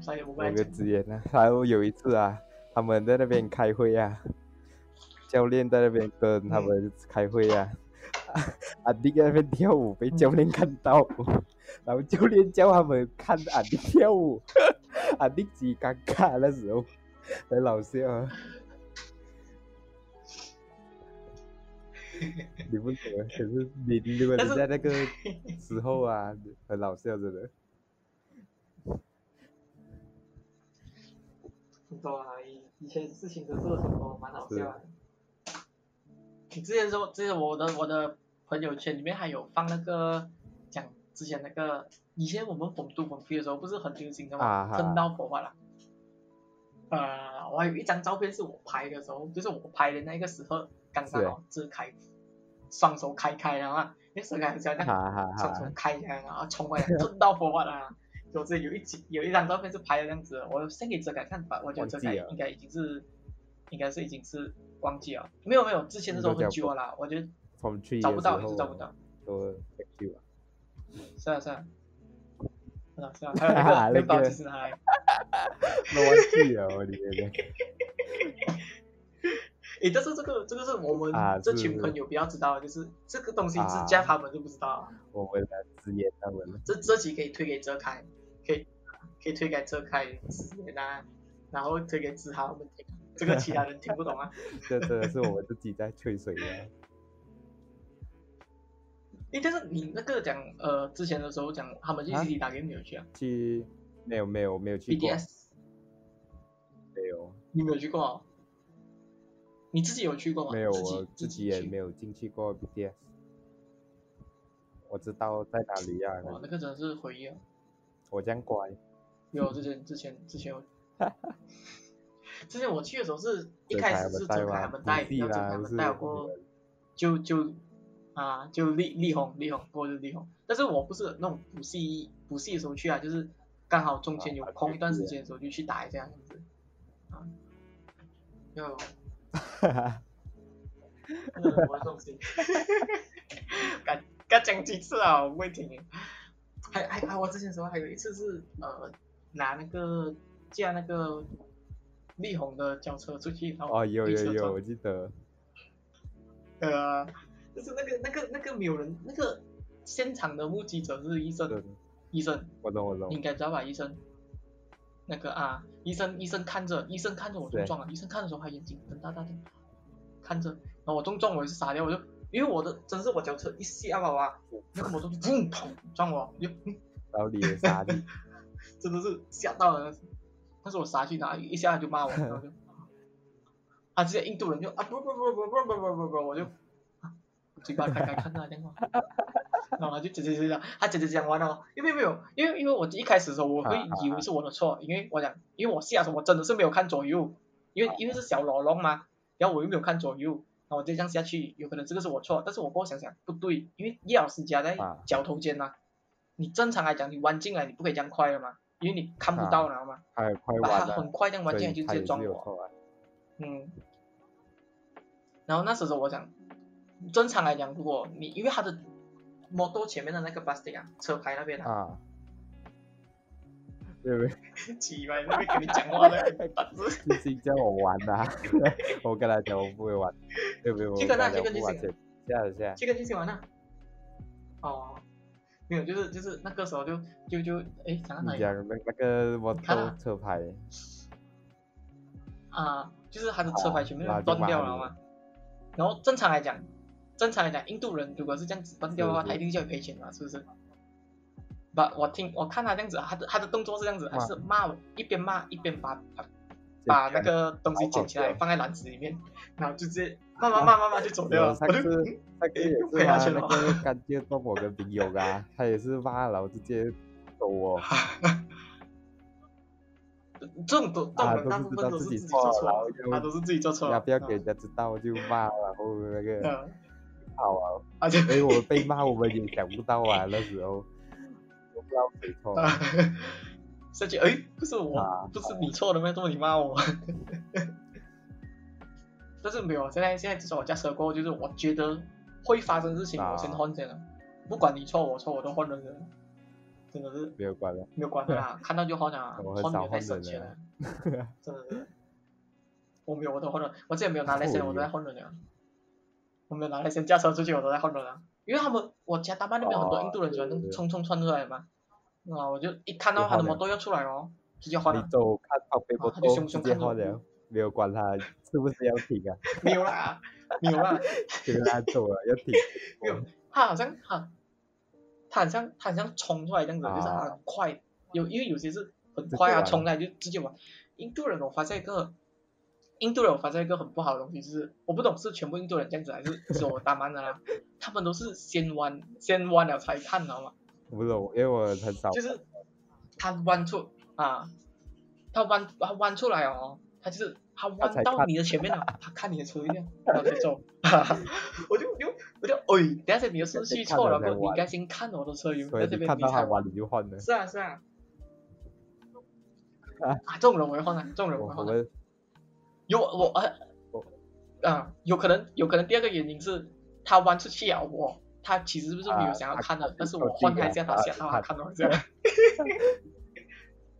[SPEAKER 1] 所以我们
[SPEAKER 2] 我
[SPEAKER 1] 来
[SPEAKER 2] 个
[SPEAKER 1] 讲
[SPEAKER 2] 职业呢，还有有一次啊，他们在那边开会啊，教练在那边跟他们开会啊， 阿弟在那边跳舞被教练看到， 然后教练叫他们看阿弟跳舞， 阿弟极尴尬那时候，很老笑 啊。你不懂啊，可是你如果
[SPEAKER 1] 但
[SPEAKER 2] 你
[SPEAKER 1] 是
[SPEAKER 2] 在那个时候啊，很老笑 真的。
[SPEAKER 1] 很多啊，以以前事情都做得很多，蛮好笑的。你之前说，之前我的我的朋友圈里面还有放那个讲之前那个，以前我们逢都逢飞的时候不是很流行的
[SPEAKER 2] 啊
[SPEAKER 1] 吗？
[SPEAKER 2] 哈
[SPEAKER 1] 喷到火花啦。呃，我还有一张照片是我拍的时候，就是我拍的那个时候，刚刚哦，支开，双手开开了嘛，那时候还是要这样
[SPEAKER 2] 哈哈
[SPEAKER 1] 冲
[SPEAKER 2] 哈
[SPEAKER 1] 冲开起来，然后冲过 来，冲到佛法啦。就这有一集有一张照片是拍的这样子的，我先给哲凯看吧，我觉得哲凯
[SPEAKER 2] 忘记了
[SPEAKER 1] 应该已经是，应该是已经是忘记了，没有没有，之前的时候很久了啦，我觉得
[SPEAKER 2] ，from three
[SPEAKER 1] 找不到，
[SPEAKER 2] 的
[SPEAKER 1] 一
[SPEAKER 2] 时
[SPEAKER 1] 直
[SPEAKER 2] 候
[SPEAKER 1] 找不到，
[SPEAKER 2] 都 thank you 啊。
[SPEAKER 1] 是啊是啊，是啊 是啊，还有那个
[SPEAKER 2] 那个
[SPEAKER 1] 面包其实还
[SPEAKER 2] 都忘记了，我里面的。
[SPEAKER 1] 诶，但是这个这个是我们
[SPEAKER 2] 啊
[SPEAKER 1] 这
[SPEAKER 2] 是
[SPEAKER 1] 群
[SPEAKER 2] 是
[SPEAKER 1] 朋友比较知道的，就是这个东西
[SPEAKER 2] 啊
[SPEAKER 1] 自家他们就不知道啊，
[SPEAKER 2] 我们来直言他们了。
[SPEAKER 1] 这这集可以推给哲凯，可以可以推给哲凯之前啊，然后推给志豪我们听，这个其他人听不 懂啊。
[SPEAKER 2] 这真的是我们自己在吹水啊。
[SPEAKER 1] 诶，但是你那个讲呃之前的时候讲他们去
[SPEAKER 2] 啊
[SPEAKER 1] C D 打 game 你有去啊
[SPEAKER 2] 去没有没有没有去过，
[SPEAKER 1] ？BTS
[SPEAKER 2] 没有
[SPEAKER 1] 你没有去过、哦？你自己有去过吗？
[SPEAKER 2] 没有，
[SPEAKER 1] 自己
[SPEAKER 2] 我
[SPEAKER 1] 自
[SPEAKER 2] 自己也没
[SPEAKER 1] 有。
[SPEAKER 2] 有进去过 BTS。我知道在哪里呀、
[SPEAKER 1] 哇，啊那个真的是回忆啊！
[SPEAKER 2] 我这样乖，
[SPEAKER 1] 有之前之前之前有， 之前我去的时候是一
[SPEAKER 2] 周
[SPEAKER 1] 开
[SPEAKER 2] 凯
[SPEAKER 1] 始是周凯他
[SPEAKER 2] 他
[SPEAKER 1] 们
[SPEAKER 2] 们
[SPEAKER 1] 带，
[SPEAKER 2] 你弟
[SPEAKER 1] 然后周凯
[SPEAKER 2] 啦，
[SPEAKER 1] 他
[SPEAKER 2] 不
[SPEAKER 1] 们
[SPEAKER 2] 是
[SPEAKER 1] 带我过后，就就啊就力力宏力宏过后就力宏，但是我不是那种补习补习的时候去啊，就是刚好中间有
[SPEAKER 2] 啊
[SPEAKER 1] 空一段
[SPEAKER 2] 对
[SPEAKER 1] 时间的时候就去打一下这样子，啊，就嗯，我东西，敢敢讲几次啊？我不会听耶。还还还，我之前时候还有一次是呃，拿那个驾那个力宏的轿车出去，然后
[SPEAKER 2] 哦，有
[SPEAKER 1] 被
[SPEAKER 2] 有
[SPEAKER 1] 车
[SPEAKER 2] 有，
[SPEAKER 1] 撞
[SPEAKER 2] 我记得，
[SPEAKER 1] 呃，就是那个那个那个没有人，那个现场的目击者是医生，
[SPEAKER 2] 是
[SPEAKER 1] 医生
[SPEAKER 2] 嗯我懂我
[SPEAKER 1] 你
[SPEAKER 2] 懂
[SPEAKER 1] 应，该知道吧？医生，那个啊，医生医生看着，医生看着我中
[SPEAKER 2] 对
[SPEAKER 1] 撞了，医生看的时候他眼睛瞪大大的看着，然后我中撞我也是傻掉，我就因为我的真是我脚车一下吧哇，那个摩托就砰砰撞我，我就嗯
[SPEAKER 2] 老李也杀你，
[SPEAKER 1] 真的是吓到了，但是我杀去哪一下他就骂我，然后就。啊，这些印度人就啊不不不不不不不不不，我就、啊嘴巴开开看他电话，然后他就讲讲讲讲，他讲讲讲完了，因为没有，因为因为我一开始的时候我会以为是我的错，因为我讲，因为我下的时候我真的是没有看左右，因为因为是小老龙嘛，然后我又没有看左右，然后我就这样下去，有可能这个是我错，但是我过后想想不对，因为叶老师夹在
[SPEAKER 2] 啊
[SPEAKER 1] 脚头间嘛，你正常来讲你弯进来你不可以这样快的嘛，因为你看不到了嘛，
[SPEAKER 2] 他很 快
[SPEAKER 1] 把
[SPEAKER 2] 啊完
[SPEAKER 1] 他很
[SPEAKER 2] 了，
[SPEAKER 1] 快这样弯
[SPEAKER 2] 所
[SPEAKER 1] 进来就
[SPEAKER 2] 以
[SPEAKER 1] 直
[SPEAKER 2] 他
[SPEAKER 1] 接
[SPEAKER 2] 也
[SPEAKER 1] 撞
[SPEAKER 2] 是有
[SPEAKER 1] 我。
[SPEAKER 2] 错啊。
[SPEAKER 1] 嗯，然后那时候我讲，正常来讲，如果你因为他的摩托前面的那个 plastic 啊，车牌那边啊，
[SPEAKER 2] 啊，对不
[SPEAKER 1] 奇怪，那边跟你讲话的，
[SPEAKER 2] 对？ 星星叫我玩呐、 我跟他讲我不会玩，对不对？我
[SPEAKER 1] 去
[SPEAKER 2] 跟
[SPEAKER 1] 跟他
[SPEAKER 2] 他
[SPEAKER 1] 去
[SPEAKER 2] 讲我
[SPEAKER 1] 跟
[SPEAKER 2] 不玩
[SPEAKER 1] 去跟
[SPEAKER 2] 这下一下，
[SPEAKER 1] 去跟去新玩啊。哦，没有，就是就是那个时候就就就哎，讲到哪
[SPEAKER 2] 你
[SPEAKER 1] 里啊？
[SPEAKER 2] 讲那那个摩
[SPEAKER 1] 看啊
[SPEAKER 2] 托车牌，
[SPEAKER 1] 啊，就是他的车牌全部
[SPEAKER 2] 啊
[SPEAKER 1] 都断掉
[SPEAKER 2] 那
[SPEAKER 1] 了
[SPEAKER 2] 就麻
[SPEAKER 1] 嘛。然后正常来讲，正常来讲，印度人如果是这样子断掉的话，
[SPEAKER 2] 是是
[SPEAKER 1] 他一定就要赔钱嘛，是不是？不，我听我看他这样子，他的他的动作是这样子，他
[SPEAKER 2] 骂
[SPEAKER 1] 是骂我，一边骂一边把把把那个东西捡起来
[SPEAKER 2] 跑掉
[SPEAKER 1] 放在篮子里面，然后就直接慢慢慢慢慢就走掉了。
[SPEAKER 2] 上
[SPEAKER 1] 我就
[SPEAKER 2] 次
[SPEAKER 1] 嗯
[SPEAKER 2] 上次也
[SPEAKER 1] 陪
[SPEAKER 2] 是
[SPEAKER 1] 他
[SPEAKER 2] 他
[SPEAKER 1] 去
[SPEAKER 2] 那
[SPEAKER 1] 了
[SPEAKER 2] 个干爹动我跟朋友啊，他也是骂，然后直接走我，啊，
[SPEAKER 1] 这种都这种人大
[SPEAKER 2] 啊都
[SPEAKER 1] 部
[SPEAKER 2] 是知
[SPEAKER 1] 分都是
[SPEAKER 2] 道自己
[SPEAKER 1] 自己
[SPEAKER 2] 错
[SPEAKER 1] 做错了
[SPEAKER 2] 了，然后，
[SPEAKER 1] 他
[SPEAKER 2] 又
[SPEAKER 1] 都是自己做错了。
[SPEAKER 2] 要啊不要给
[SPEAKER 1] 嗯
[SPEAKER 2] 人家知道就骂，然后那个
[SPEAKER 1] 嗯，
[SPEAKER 2] 好啊，
[SPEAKER 1] 而且
[SPEAKER 2] 所以我们被骂我们也想不到啊，那时候都不知道谁错。
[SPEAKER 1] 啊， 设计，哎，不是我，
[SPEAKER 2] 啊
[SPEAKER 1] 不是你错的吗？怎么你骂我？ 但是没有，现在现在至少我驾车过后，就是我觉得会发生事情，
[SPEAKER 2] 啊
[SPEAKER 1] 我先换先了，不管你错我错，我都换人了，真的是
[SPEAKER 2] 没有关了，
[SPEAKER 1] 没有关的啦，看到就换啊，
[SPEAKER 2] 我很
[SPEAKER 1] 换
[SPEAKER 2] 少
[SPEAKER 1] 也太
[SPEAKER 2] 换
[SPEAKER 1] 省
[SPEAKER 2] 人
[SPEAKER 1] 钱
[SPEAKER 2] 的
[SPEAKER 1] 了，真的是。我没有，我都换人，我之前没有拿来先，我都在换人了。我没有拿来先驾车出去，我都在换人啊，因为他们我家大班那边很多
[SPEAKER 2] 哦
[SPEAKER 1] 印度人喜欢
[SPEAKER 2] 对对对
[SPEAKER 1] 冲冲窜出来嘛，啊，我就一看到他的摩托要出来哦，直接换
[SPEAKER 2] 你
[SPEAKER 1] 了，
[SPEAKER 2] 走看旁边不
[SPEAKER 1] 啊他就
[SPEAKER 2] 动，
[SPEAKER 1] 凶
[SPEAKER 2] 直
[SPEAKER 1] 凶
[SPEAKER 2] 接
[SPEAKER 1] 看着
[SPEAKER 2] 换
[SPEAKER 1] 我
[SPEAKER 2] 了，没有管他是不是要停啊，
[SPEAKER 1] 没有啦，没有啦，
[SPEAKER 2] 结果他走了要啊 停，
[SPEAKER 1] 没有他好像他，他好像他好像冲出来这样子，
[SPEAKER 2] 啊
[SPEAKER 1] 就是他很快，有因为有些是很快啊，
[SPEAKER 2] 直接玩
[SPEAKER 1] 冲来就直接玩。印度人我发现一个，印度人我发现一个很不好的东西，就是我不懂是全部印度人这样子，还是是我大曼的啦，他们都是先弯先弯了才看，到嘛，
[SPEAKER 2] 我不懂，因为我很少
[SPEAKER 1] 就是他弯出啊，他弯他弯出来哦，他就是他
[SPEAKER 2] 他才
[SPEAKER 1] 弯到
[SPEAKER 2] 看
[SPEAKER 1] 你的前面了，他看你的车一辆，然后就 走，哈哈我就我 就我就哎，等一下你的顺序错了，
[SPEAKER 2] 看
[SPEAKER 1] 不，
[SPEAKER 2] 着在
[SPEAKER 1] 你应
[SPEAKER 2] 玩
[SPEAKER 1] 该先看我的车有没
[SPEAKER 2] 所
[SPEAKER 1] 有在
[SPEAKER 2] 以
[SPEAKER 1] 这
[SPEAKER 2] 你
[SPEAKER 1] 边，
[SPEAKER 2] 看
[SPEAKER 1] 你
[SPEAKER 2] 到他
[SPEAKER 1] 才
[SPEAKER 2] 玩你就换了。
[SPEAKER 1] 是啊是 啊。
[SPEAKER 2] 啊
[SPEAKER 1] 啊，这种人我会换啊，这种人
[SPEAKER 2] 我
[SPEAKER 1] 我会
[SPEAKER 2] 我
[SPEAKER 1] 换啊。
[SPEAKER 2] 们
[SPEAKER 1] 有我呃
[SPEAKER 2] 我，
[SPEAKER 1] 啊，有可能有可能第二个原因是他弯出去啊，我啊他其实是不是没有想要看的，但是我换他一下，啊他想到他看到一下。